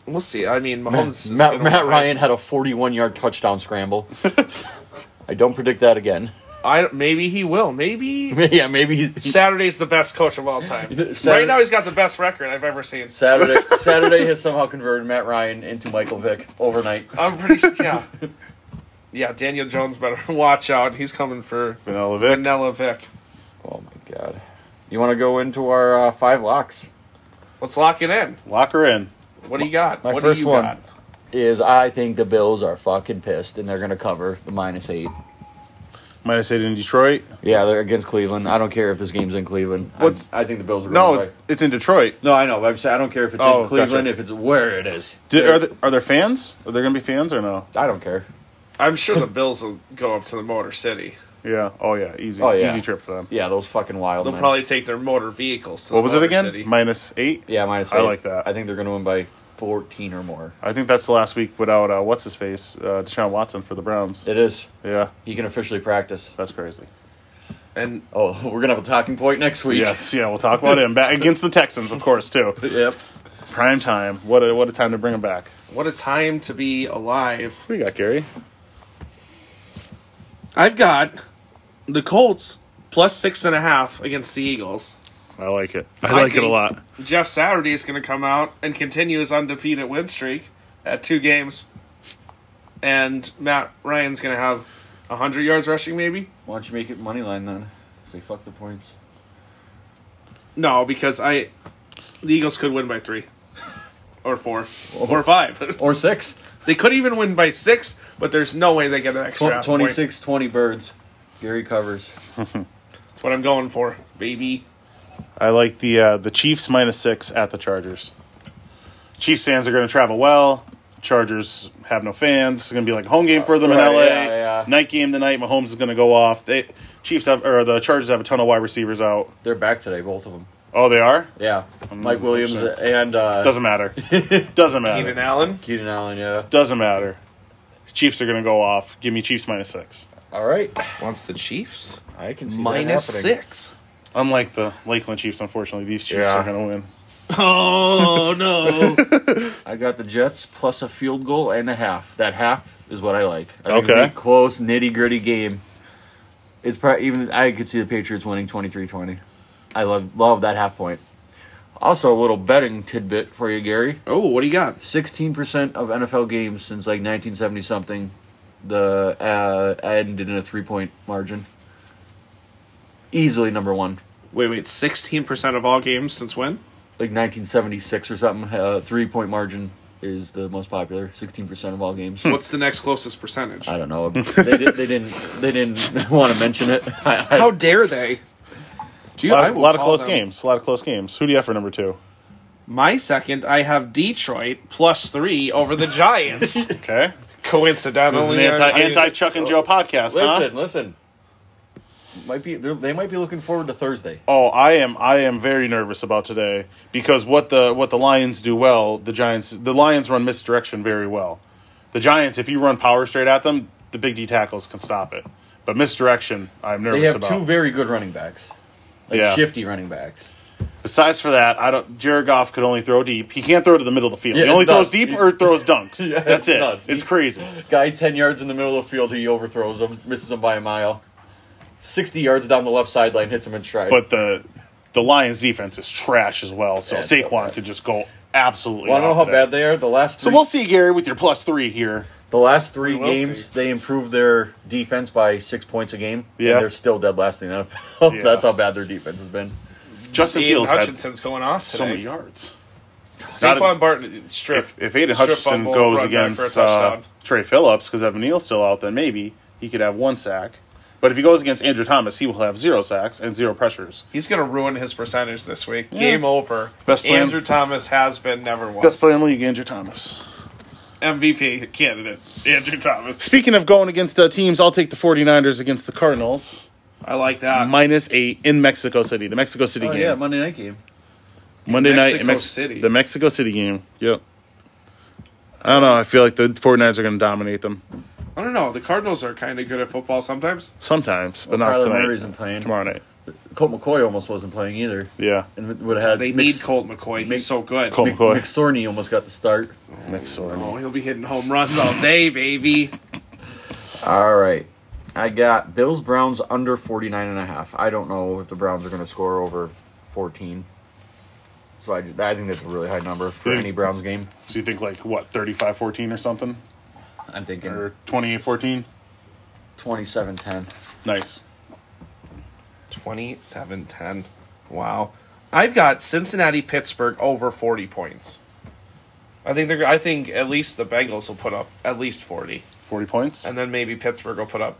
Speaker 2: We'll see. I mean, Mahomes. is
Speaker 1: Matt,
Speaker 2: gonna
Speaker 1: Matt
Speaker 2: win
Speaker 1: Ryan had a 41 yard touchdown scramble. I don't predict that again.
Speaker 2: I don't- maybe he will. Maybe
Speaker 1: yeah, maybe he's,
Speaker 2: Saturday's the best coach of all time.
Speaker 1: Saturday-
Speaker 2: Right now, he's got the best record I've ever seen.
Speaker 1: Saturday Saturday has somehow converted Matt Ryan into Michael Vick overnight.
Speaker 2: I'm pretty sure. Yeah, yeah. Daniel Jones better watch out. He's coming for
Speaker 3: Vanilla Vic.
Speaker 2: Vanilla Vic.
Speaker 1: Oh my god. You want to go into our uh, five locks?
Speaker 2: Let's lock it in.
Speaker 3: Lock her in.
Speaker 2: What do you got?
Speaker 1: My
Speaker 2: what
Speaker 1: first
Speaker 2: do you
Speaker 1: one.
Speaker 2: got?
Speaker 1: Is I think the Bills are fucking pissed and they're going to cover the minus eight.
Speaker 3: Minus eight in Detroit.
Speaker 1: Yeah, they're against Cleveland. I don't care if this game's in Cleveland.
Speaker 3: What's-
Speaker 1: I, I think the Bills are going
Speaker 3: No,
Speaker 1: to play.
Speaker 3: it's in Detroit.
Speaker 1: No, I know. but I'm saying I don't care if it's
Speaker 3: Oh,
Speaker 1: in Cleveland,
Speaker 3: gotcha.
Speaker 1: if it's where it is.
Speaker 3: Did, are, there, are there fans? Are there going to be fans or no?
Speaker 1: I don't care.
Speaker 2: I'm sure the Bills will go up to the Motor City.
Speaker 3: Yeah. Oh yeah. Easy.
Speaker 1: Oh, yeah.
Speaker 3: Easy trip for them.
Speaker 1: Yeah, those fucking wild.
Speaker 2: They'll
Speaker 1: men.
Speaker 2: probably take their motor vehicles. To the
Speaker 3: What was it
Speaker 2: Motor
Speaker 3: again?
Speaker 2: City.
Speaker 3: Minus eight.
Speaker 1: Yeah, minus.
Speaker 3: I
Speaker 1: eight.
Speaker 3: like that.
Speaker 1: I think they're going to win by fourteen or more.
Speaker 3: I think that's the last week without uh, what's his face, uh, Deshaun Watson for the Browns.
Speaker 1: It is.
Speaker 3: Yeah,
Speaker 1: He can officially practice.
Speaker 3: that's crazy.
Speaker 2: and
Speaker 1: Oh, we're gonna have a talking point next week.
Speaker 3: Yes. Yeah. We'll talk about him back against the Texans, of course, too.
Speaker 1: Yep.
Speaker 3: Prime time. What a what a time to bring him back.
Speaker 2: what a time to be alive.
Speaker 3: What do you got, Gary?
Speaker 2: I've got the Colts plus six and a half against the Eagles.
Speaker 3: I like it. I,
Speaker 2: I
Speaker 3: like it a
Speaker 2: think-
Speaker 3: lot.
Speaker 2: Jeff Saturday is going to come out and continue his undefeated win streak at two games. And Matt Ryan's going to have 100 yards rushing, maybe?
Speaker 1: Why don't you make it money line then? Say fuck the points.
Speaker 2: No, because I. The Eagles could win by three. or four or five.
Speaker 7: Or six.
Speaker 2: they could even win by six, but there's no way they get an extra half point.
Speaker 7: 26 20 birds. Gary covers.
Speaker 2: That's what I'm going for, baby.
Speaker 3: I like the uh, the Chiefs minus six at the Chargers. Chiefs fans are going to travel well. Chargers have no fans. It's going to be like a home game for them in
Speaker 7: Right,
Speaker 3: LA.
Speaker 7: yeah, yeah.
Speaker 3: Night game tonight. Mahomes is going to go off. They Chiefs have or the Chargers have a ton of wide receivers out.
Speaker 7: They're back today, both of them.
Speaker 3: Oh, they are.
Speaker 7: Yeah. Mike Williams
Speaker 3: upset.
Speaker 7: and uh,
Speaker 3: Mm, Doesn't matter. Doesn't
Speaker 2: Keenan
Speaker 3: matter.
Speaker 2: Allen.
Speaker 7: Keaton Allen, yeah.
Speaker 3: Doesn't matter. Chiefs are going to go off. Give me Chiefs minus six.
Speaker 7: All right.
Speaker 2: wants the Chiefs
Speaker 7: I can see
Speaker 2: minus
Speaker 7: that happening.
Speaker 2: six.
Speaker 3: Unlike the Lakeland Chiefs, unfortunately, these Chiefs
Speaker 7: Yeah.
Speaker 3: are going to win.
Speaker 2: Oh no!
Speaker 1: I got the Jets plus a field goal and a half. That half is what I like. I think
Speaker 3: Okay.
Speaker 1: it'll be a close, nitty gritty game. It's probably even I could see the Patriots winning 23-20. I love love that half point. Also, a little betting tidbit for you, Gary.
Speaker 2: oh, what do you got?
Speaker 1: Sixteen percent of NFL games since like nineteen seventy something, the uh, ended in a three point margin. Easily number one,
Speaker 2: Wait, wait. Sixteen percent of all games since when?
Speaker 1: like nineteen seventy six or something. Uh, three point margin is the most popular. Sixteen percent of all games.
Speaker 3: Hmm.
Speaker 2: What's the next closest percentage?
Speaker 3: Uh,
Speaker 1: I don't know. They, did, they didn't. They didn't want to mention it. I, I,
Speaker 2: How dare they? Do
Speaker 3: A lot, of-
Speaker 2: will
Speaker 3: lot of
Speaker 2: call
Speaker 3: close
Speaker 2: them-
Speaker 3: games. A lot of close games. Who do you have for number two?
Speaker 2: My second, I have Detroit plus three over the Giants.
Speaker 3: Okay. This is an
Speaker 2: Coincidentally, uh,
Speaker 3: anti,
Speaker 2: I-
Speaker 3: anti Chuck and Joe podcast, huh?
Speaker 7: Listen, listen. Might be they're- they might be looking forward to Thursday.
Speaker 3: Oh, I am I am very nervous about today because what the what the Lions do well, the Giants the Lions run misdirection very well. The Giants, if you run power straight at them, the big D tackles can stop it. But misdirection, I'm
Speaker 7: They
Speaker 3: nervous
Speaker 7: have
Speaker 3: about.
Speaker 7: two very good running backs. Like
Speaker 3: Yeah.
Speaker 7: shifty running backs.
Speaker 3: Besides for that, I don't. Jared Goff could only throw deep. He can't throw to the middle of the field.
Speaker 7: Yeah,
Speaker 3: he only
Speaker 7: it's
Speaker 3: throws
Speaker 7: nuts.
Speaker 3: deep or throws dunks. That's
Speaker 7: it's
Speaker 3: it.
Speaker 7: nuts.
Speaker 3: It's crazy.
Speaker 7: Guy 10 yards in the middle of the field, he overthrows him, misses him by a mile. 60 yards down the left sideline, hits him in stride.
Speaker 3: But the the Lions defense is trash as well. So
Speaker 7: Yeah, it's so
Speaker 3: Saquon
Speaker 7: bad.
Speaker 3: could just go absolutely.
Speaker 7: well, I don't know
Speaker 3: off
Speaker 7: how
Speaker 3: today.
Speaker 7: bad they are. The last
Speaker 3: So
Speaker 7: three,
Speaker 3: we'll see, Gary, with your plus three here.
Speaker 7: the last three
Speaker 2: will
Speaker 7: games,
Speaker 2: see.
Speaker 7: they improved their defense by six points a game. and
Speaker 3: Yeah.
Speaker 7: they're still dead last in the NFL.
Speaker 3: Yeah.
Speaker 7: That's how bad their defense has been.
Speaker 1: Oh,
Speaker 3: Justin
Speaker 2: Ian
Speaker 3: Fields had
Speaker 2: Hutchinson's going off
Speaker 3: so many
Speaker 2: today.
Speaker 3: yards. Not
Speaker 2: Saquon Barton uh, strip.
Speaker 3: If, if Aiden
Speaker 2: Strip
Speaker 3: Hutchinson
Speaker 2: fumble,
Speaker 3: goes
Speaker 2: run back for a
Speaker 3: against uh,
Speaker 2: touchdown.
Speaker 3: Trey Phillips, because Evan Neal's still out, then maybe he could have one sack. But if he goes against Andrew Thomas, he will have zero sacks and zero pressures.
Speaker 2: He's gonna ruin his percentage this week. Game over.
Speaker 3: Best plan-
Speaker 2: Andrew Thomas has been never was
Speaker 3: Best player in the league, Andrew Thomas.
Speaker 2: MVP candidate Andrew Thomas.
Speaker 3: Speaking of going against uh, teams, I'll take the 49ers against the Cardinals.
Speaker 2: I like that.
Speaker 3: minus eight in Mexico City. The Mexico City
Speaker 1: oh
Speaker 3: game.
Speaker 1: yeah, Monday night game.
Speaker 3: Monday night
Speaker 2: Mexico
Speaker 3: in Mex-
Speaker 2: City.
Speaker 3: The Mexico City game. Yep. I don't know. I feel like the 49ers are going to dominate them
Speaker 2: I don't know. The Cardinals are kind of good at football sometimes.
Speaker 3: sometimes, but not
Speaker 1: Kyler
Speaker 3: tonight.
Speaker 1: Murray isn't playing.
Speaker 3: Tomorrow night.
Speaker 1: Colt McCoy almost wasn't playing either,
Speaker 3: Yeah.
Speaker 1: and would
Speaker 3: Uh,
Speaker 1: have had
Speaker 2: They
Speaker 1: Mc-
Speaker 2: need Colt McCoy. He's so good.
Speaker 3: Colt
Speaker 1: Mc-
Speaker 3: McCoy.
Speaker 1: McSorney almost got the start.
Speaker 3: Mexico.
Speaker 2: Oh, he'll be hitting home runs all day, baby.
Speaker 1: All right. I got Bills Browns under 49 and a half. I don't know if the Browns are going to score over 14. So I, I think that's a really high number for
Speaker 3: Yeah.
Speaker 1: any Browns game.
Speaker 3: So you think like what 35-14 or something
Speaker 1: I'm thinking
Speaker 3: or 28-14?
Speaker 1: 27-10.
Speaker 3: Nice.
Speaker 2: 27 10. Wow. I've got Cincinnati Pittsburgh over 40 points. I think they're I think at least the Bengals will put up at least 40
Speaker 3: 40 points.
Speaker 2: and then maybe Pittsburgh will put up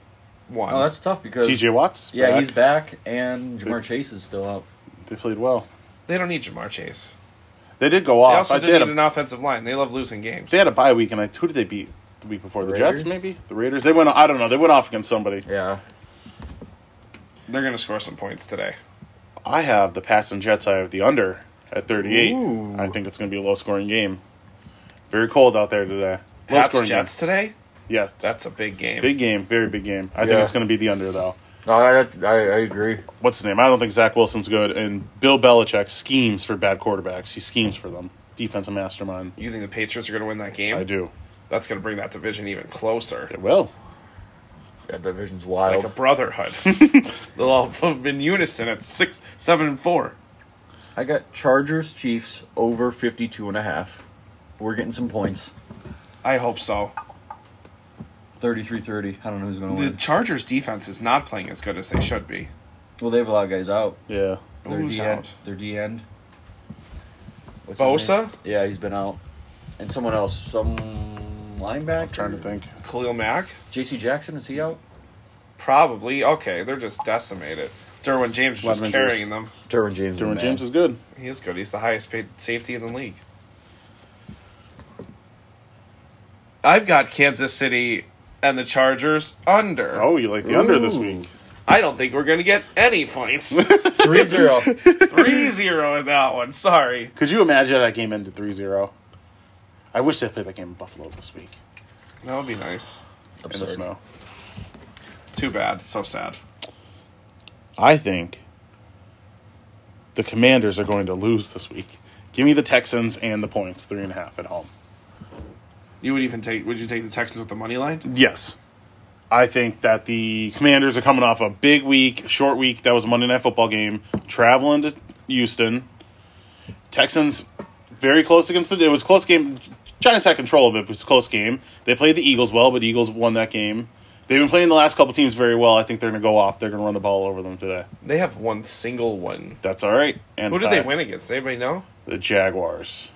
Speaker 2: one.
Speaker 1: Oh, that's tough because
Speaker 3: TJ Watts.
Speaker 1: yeah,
Speaker 3: back.
Speaker 1: he's back and Jamar Chase is still out.
Speaker 3: they played well.
Speaker 2: they don't need Jamar Chase.
Speaker 3: They did go
Speaker 2: They
Speaker 3: off.
Speaker 2: also
Speaker 3: I
Speaker 2: don't
Speaker 3: did
Speaker 2: need
Speaker 3: a,
Speaker 2: an offensive line. They love losing games.
Speaker 3: they had a bye week and I who did they beat the week before? The, Jets
Speaker 1: Raiders?
Speaker 3: maybe? The Raiders. They went I don't know. They went off against somebody.
Speaker 1: Yeah.
Speaker 2: They're going to score some points today.
Speaker 3: I have the Pats and Jets. I have the under at 38.
Speaker 2: Ooh.
Speaker 3: I think it's going to be a low scoring game. Very cold out there today. Low
Speaker 2: Pats
Speaker 3: scoring
Speaker 2: Jets today?
Speaker 3: game. Yes.
Speaker 2: That's a big game.
Speaker 3: big game, very big game. I think
Speaker 1: Yeah.
Speaker 3: it's going to be the under though.
Speaker 1: No, I, I, I agree.
Speaker 3: What's his name? I don't think Zach Wilson's good and Bill Belichick schemes for bad quarterbacks. He schemes for them. Defensive mastermind.
Speaker 2: You think the Patriots are going to win that game?
Speaker 3: I do.
Speaker 2: That's going to bring that division even closer.
Speaker 3: It will.
Speaker 1: That division's
Speaker 2: Like
Speaker 1: wild.
Speaker 2: a brotherhood. They'll all have been unison at six, seven, and four.
Speaker 1: I got Chargers Chiefs over 52 and a half. We're getting some points.
Speaker 2: I hope so.
Speaker 1: 33-30. I don't know who's going to
Speaker 2: The
Speaker 1: win.
Speaker 2: Chargers defense is not playing as good as they should be.
Speaker 1: Well, they have a lot of guys out.
Speaker 3: Yeah.
Speaker 1: Their
Speaker 2: Who's
Speaker 1: D
Speaker 2: out?
Speaker 1: end. Their D end. What's his
Speaker 2: Bosa?
Speaker 1: name? Yeah, he's been out. and someone else, some linebacker.
Speaker 3: I'm trying to think.
Speaker 2: Khalil Mack?
Speaker 1: J.C. Jackson is he out?
Speaker 2: Probably. Okay, they're just decimated. Derwin James is just
Speaker 3: Weidman's
Speaker 2: carrying them.
Speaker 5: Derwin James.
Speaker 3: Derwin
Speaker 5: man.
Speaker 3: James is good.
Speaker 2: He is good. He's the highest paid safety in the league. I've got Kansas City and the Chargers under.
Speaker 3: Oh, you like the under this
Speaker 5: Ooh.
Speaker 3: week?
Speaker 2: I don't think we're going to get any points.
Speaker 5: 3 0.
Speaker 2: 3 0 in that one. Sorry.
Speaker 3: Could you imagine how that game ended 3 0? I wish they played that game in Buffalo this week
Speaker 2: That would be nice.
Speaker 3: in the snow.
Speaker 2: Too bad. So sad.
Speaker 3: I think the Commanders are going to lose this week. Give me the Texans and the points, three and a half at home.
Speaker 2: You would even take, would you take the Texans with the money line?
Speaker 3: Yes. I think that the Commanders are coming off a big week, short week. That was a Monday Night Football game. Traveling to Houston. Texans very close against the. It was a close game. Giants had control of it, but it was a close game. They played the Eagles well, but Eagles won that game. They've been playing the last couple teams very well. I think they're going to go off. They're going to run the ball over them today.
Speaker 2: They have one single one.
Speaker 3: That's all right. And
Speaker 2: Who did they
Speaker 3: fact,
Speaker 2: win against? Anybody know?
Speaker 3: The Jaguars.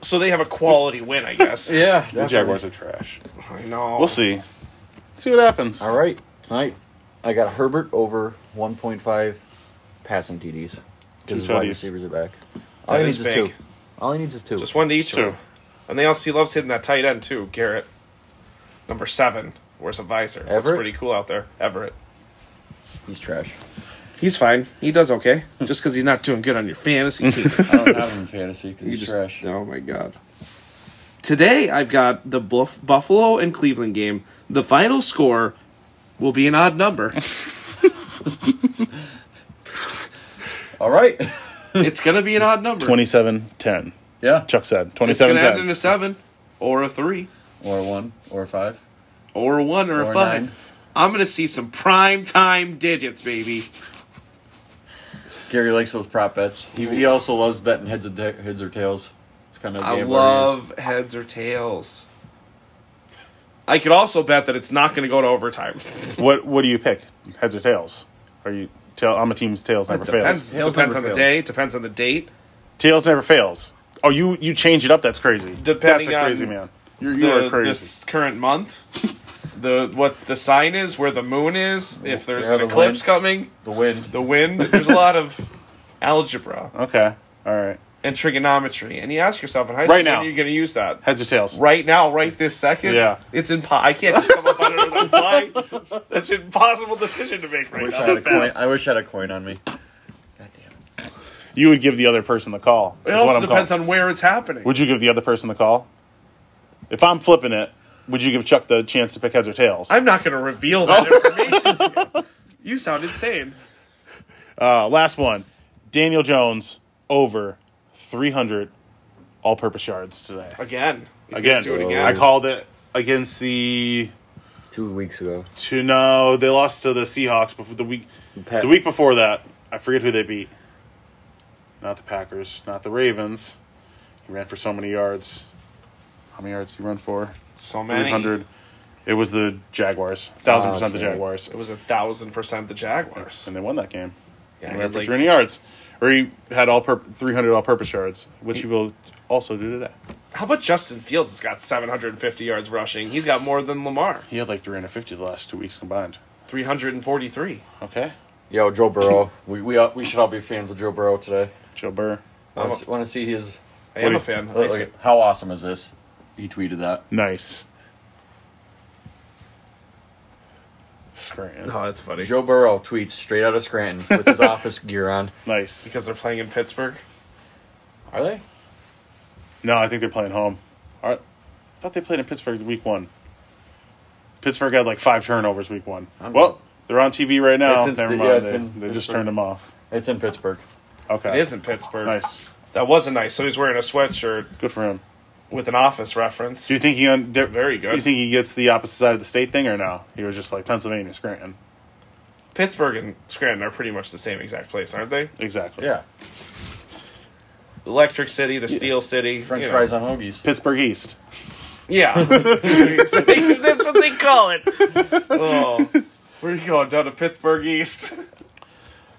Speaker 2: So they have a quality win, I guess.
Speaker 5: Yeah.
Speaker 3: The Jaguars are trash.
Speaker 2: I know.
Speaker 3: We'll see. See what happens.
Speaker 5: All right. Tonight, I got Herbert over 1.5 passing TDs.
Speaker 3: Two
Speaker 5: Because his wide
Speaker 3: tutties.
Speaker 5: receivers are back. All he needs
Speaker 2: is
Speaker 5: is
Speaker 2: big.
Speaker 5: two. All he needs is two.
Speaker 2: Just one to each
Speaker 3: Two.
Speaker 2: of them. And they also he loves hitting that tight end too, Garrett. Number seven. Where's a visor? Looks
Speaker 5: Everett?
Speaker 2: pretty cool out there. Everett.
Speaker 5: He's trash.
Speaker 2: He's fine. He does okay. Just because he's not doing good on your fantasy team.
Speaker 1: I don't have him in fantasy because
Speaker 2: You
Speaker 1: he's
Speaker 2: just-
Speaker 1: trash.
Speaker 2: Oh my god. Today I've got the Buff- Buffalo and Cleveland game. The final score will be an odd number.
Speaker 1: All right.
Speaker 2: it's gonna be an odd number.
Speaker 3: 27 10.
Speaker 1: Yeah.
Speaker 3: Chuck said
Speaker 2: It's gonna
Speaker 3: 27
Speaker 2: end in
Speaker 3: 10.
Speaker 2: a seven or a three
Speaker 1: Or a one. Or a five.
Speaker 2: or a one or,
Speaker 1: Or
Speaker 2: a
Speaker 1: a
Speaker 2: five.
Speaker 1: nine.
Speaker 2: I'm gonna see some prime time digits, baby.
Speaker 1: Gary likes those prop bets. He, he also loves betting heads, or ta- heads or tails. It's kind of a
Speaker 2: I
Speaker 1: game where he is.
Speaker 2: love heads or tails. I could also bet that it's not going to go to overtime.
Speaker 3: What what do you pick? Heads or tails? Are you tail I'm a team's tails never
Speaker 2: Depends,
Speaker 3: fails.
Speaker 1: Tails
Speaker 2: depends
Speaker 1: never
Speaker 2: on the
Speaker 1: fails.
Speaker 2: day. Depends on the date.
Speaker 3: Tails never fails. Oh, you you change it up, that's crazy. that's
Speaker 2: Depending
Speaker 3: a
Speaker 2: on
Speaker 3: crazy man. You're you
Speaker 2: The,
Speaker 3: are crazy.
Speaker 2: This current month, the what the sign is, where the moon is, if there's
Speaker 1: Yeah,
Speaker 2: an
Speaker 1: the
Speaker 2: eclipse
Speaker 1: wind.
Speaker 2: coming,
Speaker 1: The wind.
Speaker 2: the wind. There's a lot of algebra
Speaker 3: Okay. All right.
Speaker 2: and trigonometry, and you ask yourself in high school,
Speaker 3: Right now.
Speaker 2: when are you going to use that?
Speaker 3: Heads or tails.
Speaker 2: Right now, right this second,
Speaker 3: Yeah.
Speaker 2: it's impossible. I can't just come up on another fly. That's an impossible decision to make right
Speaker 1: Wish
Speaker 2: now.
Speaker 1: I, had a coin. I wish I had a coin on me. God damn it.
Speaker 3: You would give the other person the call.
Speaker 2: It also depends on where it's happening.
Speaker 3: Would you give the other person the call? If I'm flipping it, would you give Chuck the chance to pick heads or tails?
Speaker 2: I'm not going to reveal that
Speaker 3: Oh.
Speaker 2: information to you. You sound insane.
Speaker 3: Uh, last one. Daniel Jones over 300 all-purpose yards today.
Speaker 2: Again. He's gonna
Speaker 3: again,
Speaker 2: Do it again.
Speaker 3: I called it against the
Speaker 5: Two weeks ago.
Speaker 3: to no, they lost to the Seahawks before the week
Speaker 5: Pat-
Speaker 3: the week before that. I forget who they beat. Not the Packers, not the Ravens. He ran for so many yards. How many yards did he run for?
Speaker 2: so many.
Speaker 3: Three hundred. It was the Jaguars. Thousand
Speaker 5: Ah,
Speaker 3: percent the
Speaker 5: okay.
Speaker 3: Jaguars.
Speaker 2: It was a thousand percent the Jaguars.
Speaker 3: And they won that game.
Speaker 2: Yeah, he
Speaker 3: he ran
Speaker 2: had
Speaker 3: for
Speaker 2: like-
Speaker 3: three hundred yards. Or he had all pur- three hundred all purpose yards, which he will also do today.
Speaker 2: How about Justin Fields has got 750 yards rushing? He's got more than Lamar.
Speaker 3: He had like three hundred fifty the last two weeks combined.
Speaker 2: 343.
Speaker 3: Okay.
Speaker 5: Yo, Joe Burrow. we,
Speaker 1: uh,
Speaker 5: we, all- we should all be fans of Joe Burrow today.
Speaker 3: Joe Burr.
Speaker 5: I
Speaker 2: I'm a-
Speaker 5: want to see his.
Speaker 2: I am
Speaker 3: Wait.
Speaker 2: a fan. I
Speaker 1: Look,
Speaker 2: see-
Speaker 1: look, how awesome is this? He tweeted that.
Speaker 3: Nice. Scram.
Speaker 2: Oh, that's funny.
Speaker 5: Joe Burrow tweets straight out of Scranton with his office gear on.
Speaker 3: Nice.
Speaker 2: Because they're playing in Pittsburgh.
Speaker 5: Are they?
Speaker 3: No, I think they're playing home. All right. I thought they played in Pittsburgh week one. Pittsburgh had like five turnovers week one.
Speaker 5: I'm
Speaker 3: well,
Speaker 5: not-
Speaker 3: they're on TV right now.
Speaker 5: It's in
Speaker 3: Never
Speaker 5: sti-
Speaker 3: mind.
Speaker 5: yeah, it's
Speaker 3: they
Speaker 5: in
Speaker 3: they just
Speaker 5: Pittsburgh.
Speaker 3: turned them off.
Speaker 5: It's in Pittsburgh.
Speaker 3: Okay.
Speaker 2: It is in Pittsburgh.
Speaker 3: Nice.
Speaker 2: That wasn't nice. So he's wearing a sweatshirt
Speaker 3: Good for him.
Speaker 2: with an office reference.
Speaker 3: Do you think he un- di-
Speaker 2: Very good.
Speaker 3: Do you think he gets the opposite side of the state thing or no? He was just like Pennsylvania, Scranton.
Speaker 2: Pittsburgh and Scranton are pretty much the same exact place, aren't they?
Speaker 3: Exactly.
Speaker 5: Yeah.
Speaker 2: Electric City, the Steel City.
Speaker 1: French
Speaker 2: you know.
Speaker 1: fries on hoagies.
Speaker 3: Pittsburgh East.
Speaker 2: Yeah. That's what they call it. Oh. We're going down to Pittsburgh East.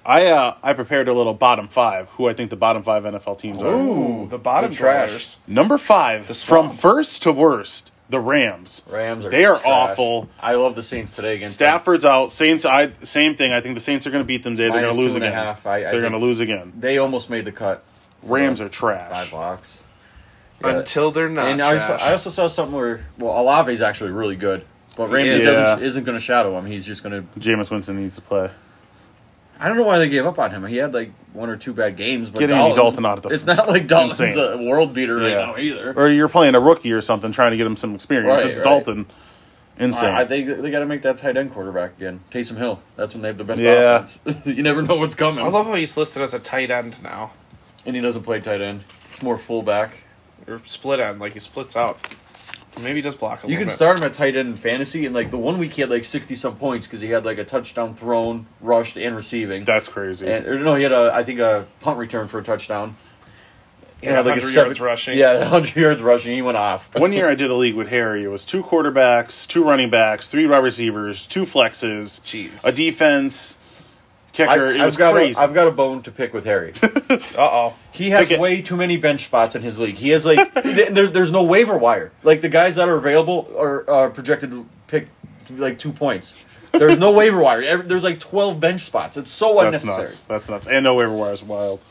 Speaker 3: I uh, I prepared a little bottom five. Who I think the bottom five NFL teams are.
Speaker 2: Ooh, the bottom
Speaker 8: the trash.
Speaker 2: dwellers.
Speaker 3: Number five, from
Speaker 2: swamp.
Speaker 3: first to worst, the Rams.
Speaker 1: Rams are
Speaker 3: They are
Speaker 1: trash.
Speaker 3: awful.
Speaker 1: I love the Saints today against them.
Speaker 3: Stafford's out. Saints. I same thing. I think the Saints are going to beat them today. They're
Speaker 1: Minus
Speaker 3: going to lose
Speaker 1: two and a
Speaker 3: again.
Speaker 1: half. I- I
Speaker 3: They're
Speaker 1: think-
Speaker 3: going to lose again.
Speaker 1: They almost made the cut.
Speaker 3: Rams are
Speaker 1: Five
Speaker 3: trash. Ah,
Speaker 1: blocks.
Speaker 2: Until they're not.
Speaker 1: and I also,
Speaker 2: trash.
Speaker 1: I also saw something where well Alave's actually really good, but Ramsey
Speaker 3: is.
Speaker 1: doesn't,
Speaker 3: Yeah.
Speaker 1: isn't going to shadow him. He's just going to.
Speaker 3: Jameis Winston needs to play.
Speaker 1: I don't know why they gave up on him. He had like one or two bad games. But
Speaker 3: Get Andy
Speaker 1: Dalton,
Speaker 3: Dalton out of the.
Speaker 1: It's not like Dalton's
Speaker 3: Insane.
Speaker 1: a world beater right
Speaker 3: Yeah.
Speaker 1: now either.
Speaker 3: or you're playing a rookie or something, trying to get him some experience.
Speaker 1: Right,
Speaker 3: it's
Speaker 1: right.
Speaker 3: Dalton. Insane.
Speaker 1: I, I think they got to make that tight end quarterback again. Taysom Hill. That's when they have the best
Speaker 3: Yeah.
Speaker 1: offense. you never know what's coming.
Speaker 2: I love how he's listed as a tight end now.
Speaker 1: and he doesn't play tight end. It's more fullback.
Speaker 2: Or split end, like he splits out. Maybe he does block a
Speaker 1: You
Speaker 2: little
Speaker 1: can
Speaker 2: bit.
Speaker 1: start him at tight end in fantasy, and like the one week he had like sixty some points because he had like a touchdown thrown, rushed, and receiving.
Speaker 3: That's crazy.
Speaker 1: and or no, he had a I think a punt return for a touchdown.
Speaker 2: And
Speaker 1: had, like, a
Speaker 2: 100 yards
Speaker 1: seven-
Speaker 2: rushing.
Speaker 1: Yeah, hundred yards rushing. He went off.
Speaker 3: One year I did a league with Harry. It was two quarterbacks, two running backs, three wide receivers, two flexes,
Speaker 2: Jeez.
Speaker 3: a defense,
Speaker 1: I,
Speaker 3: kicker. it was
Speaker 1: have got
Speaker 3: crazy.
Speaker 1: A, I've got a bone to pick with Harry.
Speaker 2: Uh oh.
Speaker 1: He has
Speaker 3: Pick it.
Speaker 1: way too many bench spots in his league. He has like th- there's there's no waiver wire. Like the guys that are available are, are projected to pick like two points. There's no waiver wire. Every- There's like twelve bench spots. It's so
Speaker 3: That's
Speaker 1: unnecessary.
Speaker 3: nuts. That's nuts. And no waiver wire is wild.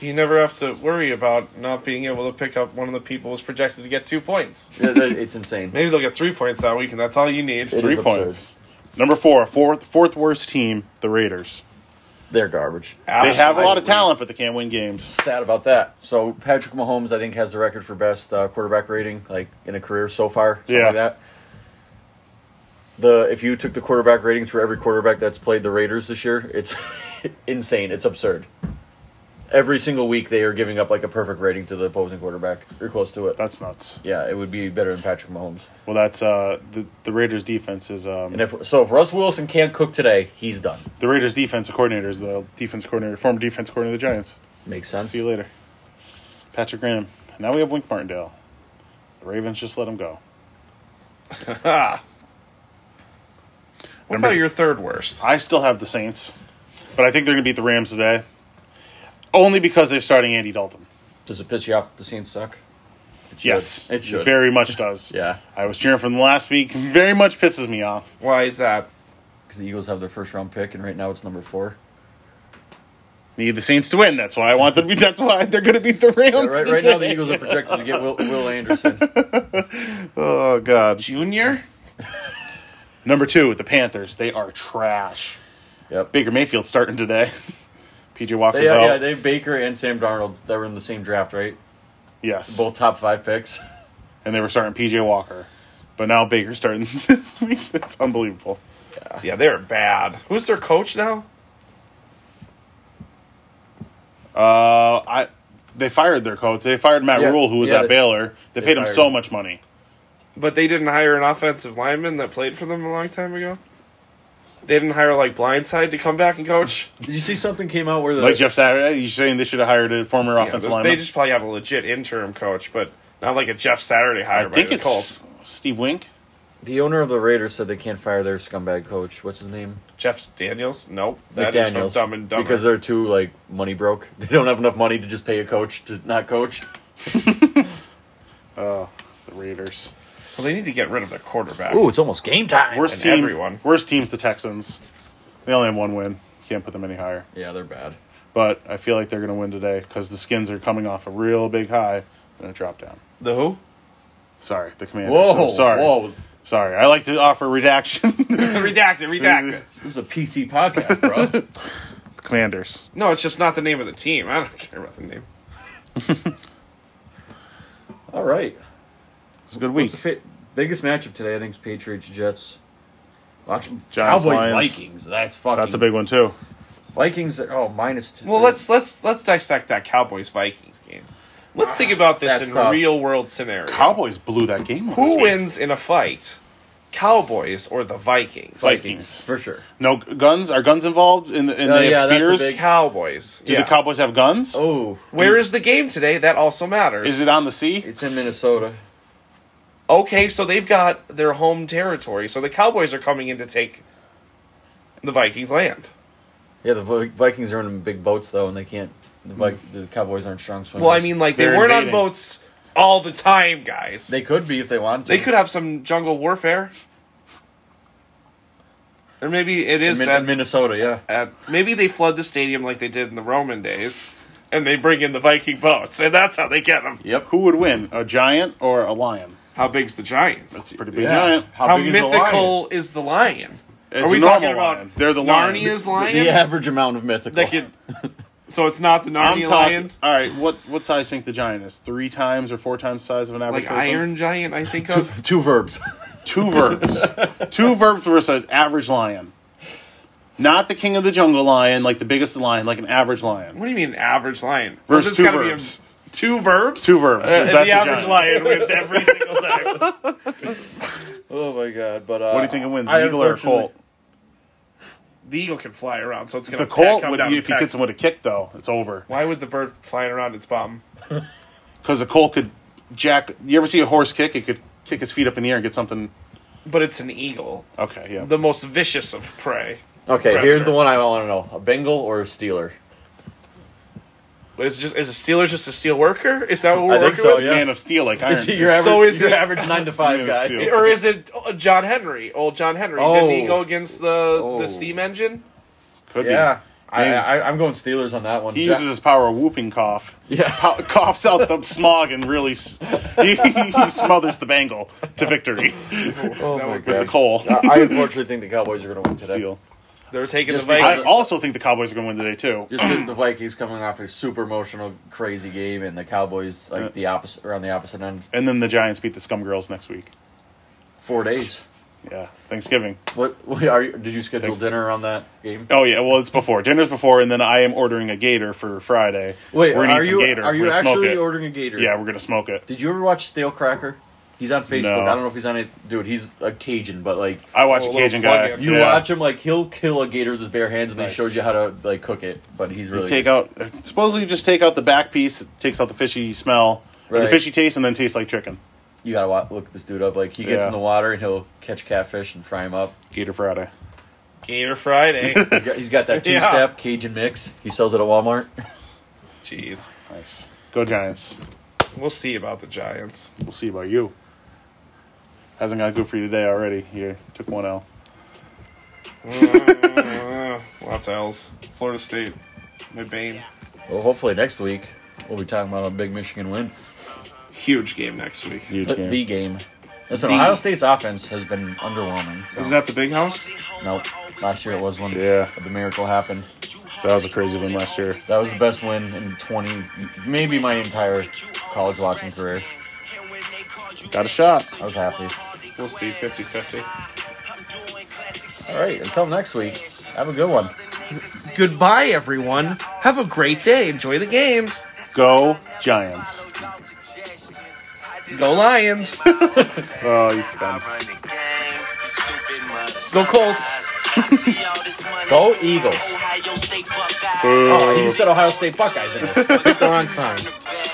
Speaker 2: You never have to worry about not being able to pick up one of the people who's projected to get two points.
Speaker 1: It- it- it's insane.
Speaker 2: Maybe they'll get three points that week, and that's all you need.
Speaker 1: It
Speaker 3: Three
Speaker 1: is absurd.
Speaker 3: points. Number four, fourth, fourth worst team, the Raiders.
Speaker 1: They're garbage.
Speaker 3: They have a lot of talent, but they can't win games.
Speaker 1: Stat about that. So Patrick Mahomes, I think, has the record for best uh, quarterback rating, like in a career so far. something
Speaker 3: Yeah.
Speaker 1: Like that. The if you took the quarterback ratings for every quarterback that's played the Raiders this year, it's insane. It's absurd. Every single week, they are giving up like a perfect rating to the opposing quarterback. You're close to it.
Speaker 3: That's nuts.
Speaker 1: Yeah, it would be better than Patrick Mahomes.
Speaker 3: Well, that's uh, the the Raiders defense is
Speaker 1: And
Speaker 3: um,
Speaker 1: if so, if Russ Wilson can't cook today, he's done.
Speaker 3: the Raiders defense coordinator is the defense coordinator, former defense coordinator of the Giants.
Speaker 1: Makes sense.
Speaker 3: See you later. Patrick Graham. Now we have Wink Martindale. The Ravens just let him go.
Speaker 2: Ah. What about your third worst?
Speaker 3: I still have the Saints, but I think they're going to beat the Rams today. Only because they're starting Andy Dalton.
Speaker 1: Does it piss you off? that The Saints suck. It should.
Speaker 3: Yes.
Speaker 1: it should.
Speaker 3: Very much does.
Speaker 1: yeah,
Speaker 3: I was cheering for them last week. Very much pisses me off.
Speaker 2: Why is that?
Speaker 1: because the Eagles have their first round pick, and right now it's number four.
Speaker 3: Need the Saints to win. That's why I want them to be. That's why they're going to beat the
Speaker 1: Yeah,
Speaker 3: Rams.
Speaker 1: right, right now, the
Speaker 3: today.
Speaker 1: Eagles are projected to get Will, Will Anderson.
Speaker 3: Oh, God.
Speaker 2: Junior?
Speaker 3: Number two, the Panthers. They are trash.
Speaker 1: Yep.
Speaker 3: Baker Mayfield starting today. PJ Walker's
Speaker 1: They, yeah,
Speaker 3: out.
Speaker 1: yeah, they have Baker and Sam Darnold that were in the same draft, right?
Speaker 3: yes.
Speaker 1: Both top five picks.
Speaker 3: and they were starting PJ Walker, but now Baker's starting this week. That's unbelievable.
Speaker 2: Yeah, they're bad. Who's their coach now?
Speaker 3: Uh, I they fired their coach. They fired Matt
Speaker 1: Yeah,
Speaker 3: Rule, who was
Speaker 1: yeah,
Speaker 3: at
Speaker 1: they-
Speaker 3: Baylor. They,
Speaker 1: they
Speaker 3: paid him
Speaker 1: fired
Speaker 3: so
Speaker 1: him.
Speaker 3: much money.
Speaker 2: But they didn't hire an offensive lineman that played for them a long time ago? They didn't hire, like, Blindside to come back and coach?
Speaker 1: Did you see something came out where the
Speaker 3: Like Jeff Saturday, you're saying they should have hired a former
Speaker 2: Yeah,
Speaker 3: offensive
Speaker 2: those-
Speaker 3: lineman.
Speaker 2: they just probably have a legit interim coach, but not like a Jeff Saturday hire
Speaker 3: I
Speaker 2: by
Speaker 3: think
Speaker 2: the
Speaker 3: it's
Speaker 2: Colts.
Speaker 3: Steve Wink.
Speaker 1: the owner of the Raiders said they can't fire their scumbag coach? What's his name?
Speaker 2: Jeff Daniels? Nope. that is from Dumb and Dumber.
Speaker 1: Because they're too like money broke. They don't have enough money to just pay a coach to not coach.
Speaker 3: The Raiders.
Speaker 2: well, they need to get rid of their quarterback.
Speaker 1: Ooh, it's almost game time.
Speaker 3: Worst
Speaker 2: And
Speaker 3: team.
Speaker 2: everyone.
Speaker 3: Worst team's the Texans. They only have one win. Can't put them any higher.
Speaker 1: Yeah, they're bad.
Speaker 3: But I feel like they're going to win today because the Skins are coming off a real big high and a drop down.
Speaker 2: The who?
Speaker 3: Sorry, the Commanders.
Speaker 1: Whoa,
Speaker 3: I'm sorry,
Speaker 1: whoa!
Speaker 3: sorry. I like to offer redaction.
Speaker 2: redacted, redacted.
Speaker 1: This is a PC podcast, bro.
Speaker 3: Commanders.
Speaker 2: No, it's just not the name of the team. I don't care about the name.
Speaker 1: All right.
Speaker 3: It's a good
Speaker 1: What's
Speaker 3: week.
Speaker 1: the fa- biggest matchup today? I think is Patriots Jets. Watch
Speaker 3: Giants,
Speaker 1: Cowboys
Speaker 3: Lions.
Speaker 1: Vikings. That's fucking.
Speaker 3: That's a big one too.
Speaker 1: Vikings. are- Oh, minus two.
Speaker 2: Well, let's let's let's dissect that Cowboys Vikings game. Let's
Speaker 3: Ah,
Speaker 2: think about this
Speaker 1: That's
Speaker 2: in
Speaker 1: tough.
Speaker 2: real world scenario.
Speaker 3: Cowboys blew that game. last
Speaker 2: Who
Speaker 3: week.
Speaker 2: wins in a fight? Cowboys or the Vikings?
Speaker 3: Vikings.
Speaker 1: for sure.
Speaker 3: No g- guns. Are guns involved in the? In
Speaker 1: Oh,
Speaker 3: they
Speaker 1: yeah,
Speaker 3: have
Speaker 1: that's a
Speaker 3: spears.
Speaker 1: big-
Speaker 2: Cowboys.
Speaker 3: Do
Speaker 2: yeah.
Speaker 3: the Cowboys have guns?
Speaker 1: Oh,
Speaker 2: Where is the game today? That also matters.
Speaker 3: Is it on the sea?
Speaker 1: It's in Minnesota.
Speaker 2: okay, so they've got their home territory. So the Cowboys are coming in to take the Vikings land.
Speaker 1: Yeah, the Vi- Vikings are in big boats though, and they can't. The, Vi-
Speaker 3: Hmm.
Speaker 1: the Cowboys aren't strong swimmers.
Speaker 2: Well, I mean, like they
Speaker 3: They're
Speaker 2: weren't
Speaker 3: invading.
Speaker 2: on boats all the time, guys. They,
Speaker 1: they could be if they wanted. To.
Speaker 2: could have some jungle warfare, or maybe it
Speaker 1: in,
Speaker 2: is
Speaker 1: Min-
Speaker 2: that-
Speaker 1: in Minnesota. Yeah,
Speaker 2: uh, maybe they flood the stadium like they did in the Roman days, and they bring in the Viking boats, and that's how they get them.
Speaker 3: Who would win, a giant or a lion?
Speaker 2: How big's the giant?
Speaker 3: That's a pretty big
Speaker 1: Yeah.
Speaker 3: giant.
Speaker 2: How,
Speaker 5: big is the
Speaker 2: mythical is the lion?
Speaker 3: It's
Speaker 2: Are we
Speaker 3: a
Speaker 2: talking
Speaker 3: normal
Speaker 2: about
Speaker 3: lion. They're the lion.
Speaker 2: Narnia's
Speaker 1: the,
Speaker 2: lion?
Speaker 1: average amount of mythical.
Speaker 2: That could- so it's not the
Speaker 3: I'm
Speaker 2: Narnia
Speaker 3: talking.
Speaker 2: lion,
Speaker 3: All right, what what size do you think the giant is? Three times or four times the size of an average
Speaker 2: like
Speaker 3: person?
Speaker 2: Iron Giant. I think of
Speaker 1: Two verbs.
Speaker 3: Two verbs. Two verbs versus an average lion. Not the king of the jungle lion, like the biggest lion, like an average lion.
Speaker 2: what do you mean average lion?
Speaker 3: Verse
Speaker 2: there's
Speaker 3: two
Speaker 2: gotta be a-
Speaker 3: verbs.
Speaker 2: two verbs.
Speaker 3: Two verbs.
Speaker 2: Uh, and
Speaker 3: that's
Speaker 2: the
Speaker 3: a
Speaker 2: average
Speaker 3: giant.
Speaker 2: lion wins every single time.
Speaker 1: oh my god! But uh,
Speaker 3: What do you think it wins,
Speaker 1: I
Speaker 3: eagle or a
Speaker 1: unfortunately-
Speaker 3: colt?
Speaker 2: The eagle can fly around, so it's gonna
Speaker 3: The colt,
Speaker 2: come
Speaker 3: would,
Speaker 2: down
Speaker 3: if he
Speaker 2: and peck.
Speaker 3: gets him with a kick, though, it's over.
Speaker 2: Why would the bird flying around its bum?
Speaker 3: Because the colt could jack. You ever see a horse kick? It could kick his feet up in the air and get something.
Speaker 2: But it's an eagle,
Speaker 3: Okay, yeah.
Speaker 2: the most vicious of prey.
Speaker 1: Okay,
Speaker 2: Predator.
Speaker 1: here's the one I want to know: a Bengal or a Steeler?
Speaker 2: But it's just is a stealer just a steel worker? Is that what
Speaker 1: I
Speaker 2: we're
Speaker 1: think
Speaker 2: working
Speaker 1: so,
Speaker 2: with?
Speaker 1: yeah.
Speaker 3: Man of steel, like iron.
Speaker 1: your average,
Speaker 2: So is
Speaker 1: your
Speaker 2: it-
Speaker 1: average nine to five
Speaker 3: Steeler,
Speaker 1: guy?
Speaker 3: Steeler.
Speaker 2: Or is it uh, John Henry? Old John Henry?
Speaker 1: Oh.
Speaker 2: Didn't he go against the
Speaker 1: Oh.
Speaker 2: the steam engine?
Speaker 3: Could
Speaker 1: Yeah, I,
Speaker 3: Man.
Speaker 1: I, I'm going Steelers on that one.
Speaker 3: be. He
Speaker 1: Ja-
Speaker 3: uses his power of whooping cough.
Speaker 1: Yeah.
Speaker 3: Pow- coughs out the smog and really s- he, he smothers the Bengal to victory
Speaker 1: oh
Speaker 2: That
Speaker 1: my
Speaker 2: would
Speaker 3: with the
Speaker 1: god!
Speaker 3: coal.
Speaker 1: I I unfortunately think the Cowboys are going to win today.
Speaker 3: Steel.
Speaker 2: They're taking
Speaker 1: Just
Speaker 2: the
Speaker 3: I
Speaker 2: Vikings.
Speaker 3: also think the Cowboys are going to win today too.
Speaker 1: Just the, the Vikings coming off a super emotional, crazy game, and the Cowboys like the opposite around the opposite end.
Speaker 3: And then the Giants beat the Scum Girls next week.
Speaker 1: Four days.
Speaker 3: Yeah, Thanksgiving.
Speaker 1: What, what are you, did you schedule
Speaker 3: Thanks.
Speaker 1: dinner around that game?
Speaker 3: Oh yeah, well it's before dinner's before, and then I am ordering a gator for Friday.
Speaker 1: Wait,
Speaker 3: We're gonna
Speaker 1: are
Speaker 3: eat some
Speaker 1: you
Speaker 3: gator.
Speaker 1: are you
Speaker 3: We're gonna smoke
Speaker 1: actually
Speaker 3: it.
Speaker 1: ordering a gator?
Speaker 3: Yeah, we're gonna smoke it.
Speaker 1: Did you ever watch Stale Cracker? He's on Facebook.
Speaker 3: No.
Speaker 1: I don't know if he's on it, dude. He's a Cajun, but like
Speaker 3: I watch
Speaker 2: Oh, a
Speaker 3: a
Speaker 2: little
Speaker 3: Cajun
Speaker 2: plug
Speaker 3: guy.
Speaker 2: in.
Speaker 1: you
Speaker 3: Yeah.
Speaker 1: watch him, like he'll kill a gator with his bare hands, and
Speaker 3: Nice.
Speaker 1: they showed you how to like cook it. But he's really
Speaker 3: You take out supposedly you just take out the back piece, it takes out the fishy smell, or the
Speaker 1: Right.
Speaker 3: fishy taste, and then tastes like chicken.
Speaker 1: you gotta wa look this dude up. Like he gets
Speaker 3: Yeah.
Speaker 1: in the water and he'll catch catfish and fry him up.
Speaker 3: Gator Friday.
Speaker 2: Gator Friday.
Speaker 1: He's got, he's got that two
Speaker 2: Yeah.
Speaker 1: step Cajun mix. He sells it at Walmart.
Speaker 2: Jeez.
Speaker 3: Nice. Go Giants.
Speaker 2: We'll see about the Giants.
Speaker 3: We'll see about you. Hasn't got good for you today already. You took one L.
Speaker 2: uh, lots else. Florida State. My bane.
Speaker 1: Well, hopefully next week we'll be talking about a big Michigan win.
Speaker 2: Huge game next week.
Speaker 3: Huge
Speaker 1: But
Speaker 3: game.
Speaker 1: The game. Listen,
Speaker 2: The-
Speaker 1: Ohio State's offense has been underwhelming. So.
Speaker 2: Isn't that the big house?
Speaker 1: Nope. Last year it was when
Speaker 3: Yeah.
Speaker 1: the miracle happened.
Speaker 3: That was a crazy win last year.
Speaker 1: That was the best win in 20, maybe my entire college watching career.
Speaker 3: Got a shot.
Speaker 1: I was happy.
Speaker 2: We'll see. 50 50.
Speaker 1: All right, until next week, have a good one.
Speaker 2: Goodbye, everyone. Have a great day. Enjoy the games.
Speaker 3: Go Giants.
Speaker 2: Go Lions.
Speaker 3: Oh, you spent.
Speaker 2: Go Colts.
Speaker 1: Go Eagles. Mm.
Speaker 8: Ohio State Buckeyes.
Speaker 3: Boo.
Speaker 1: Oh, you said Ohio State Buckeyes in this.
Speaker 2: Wrong song.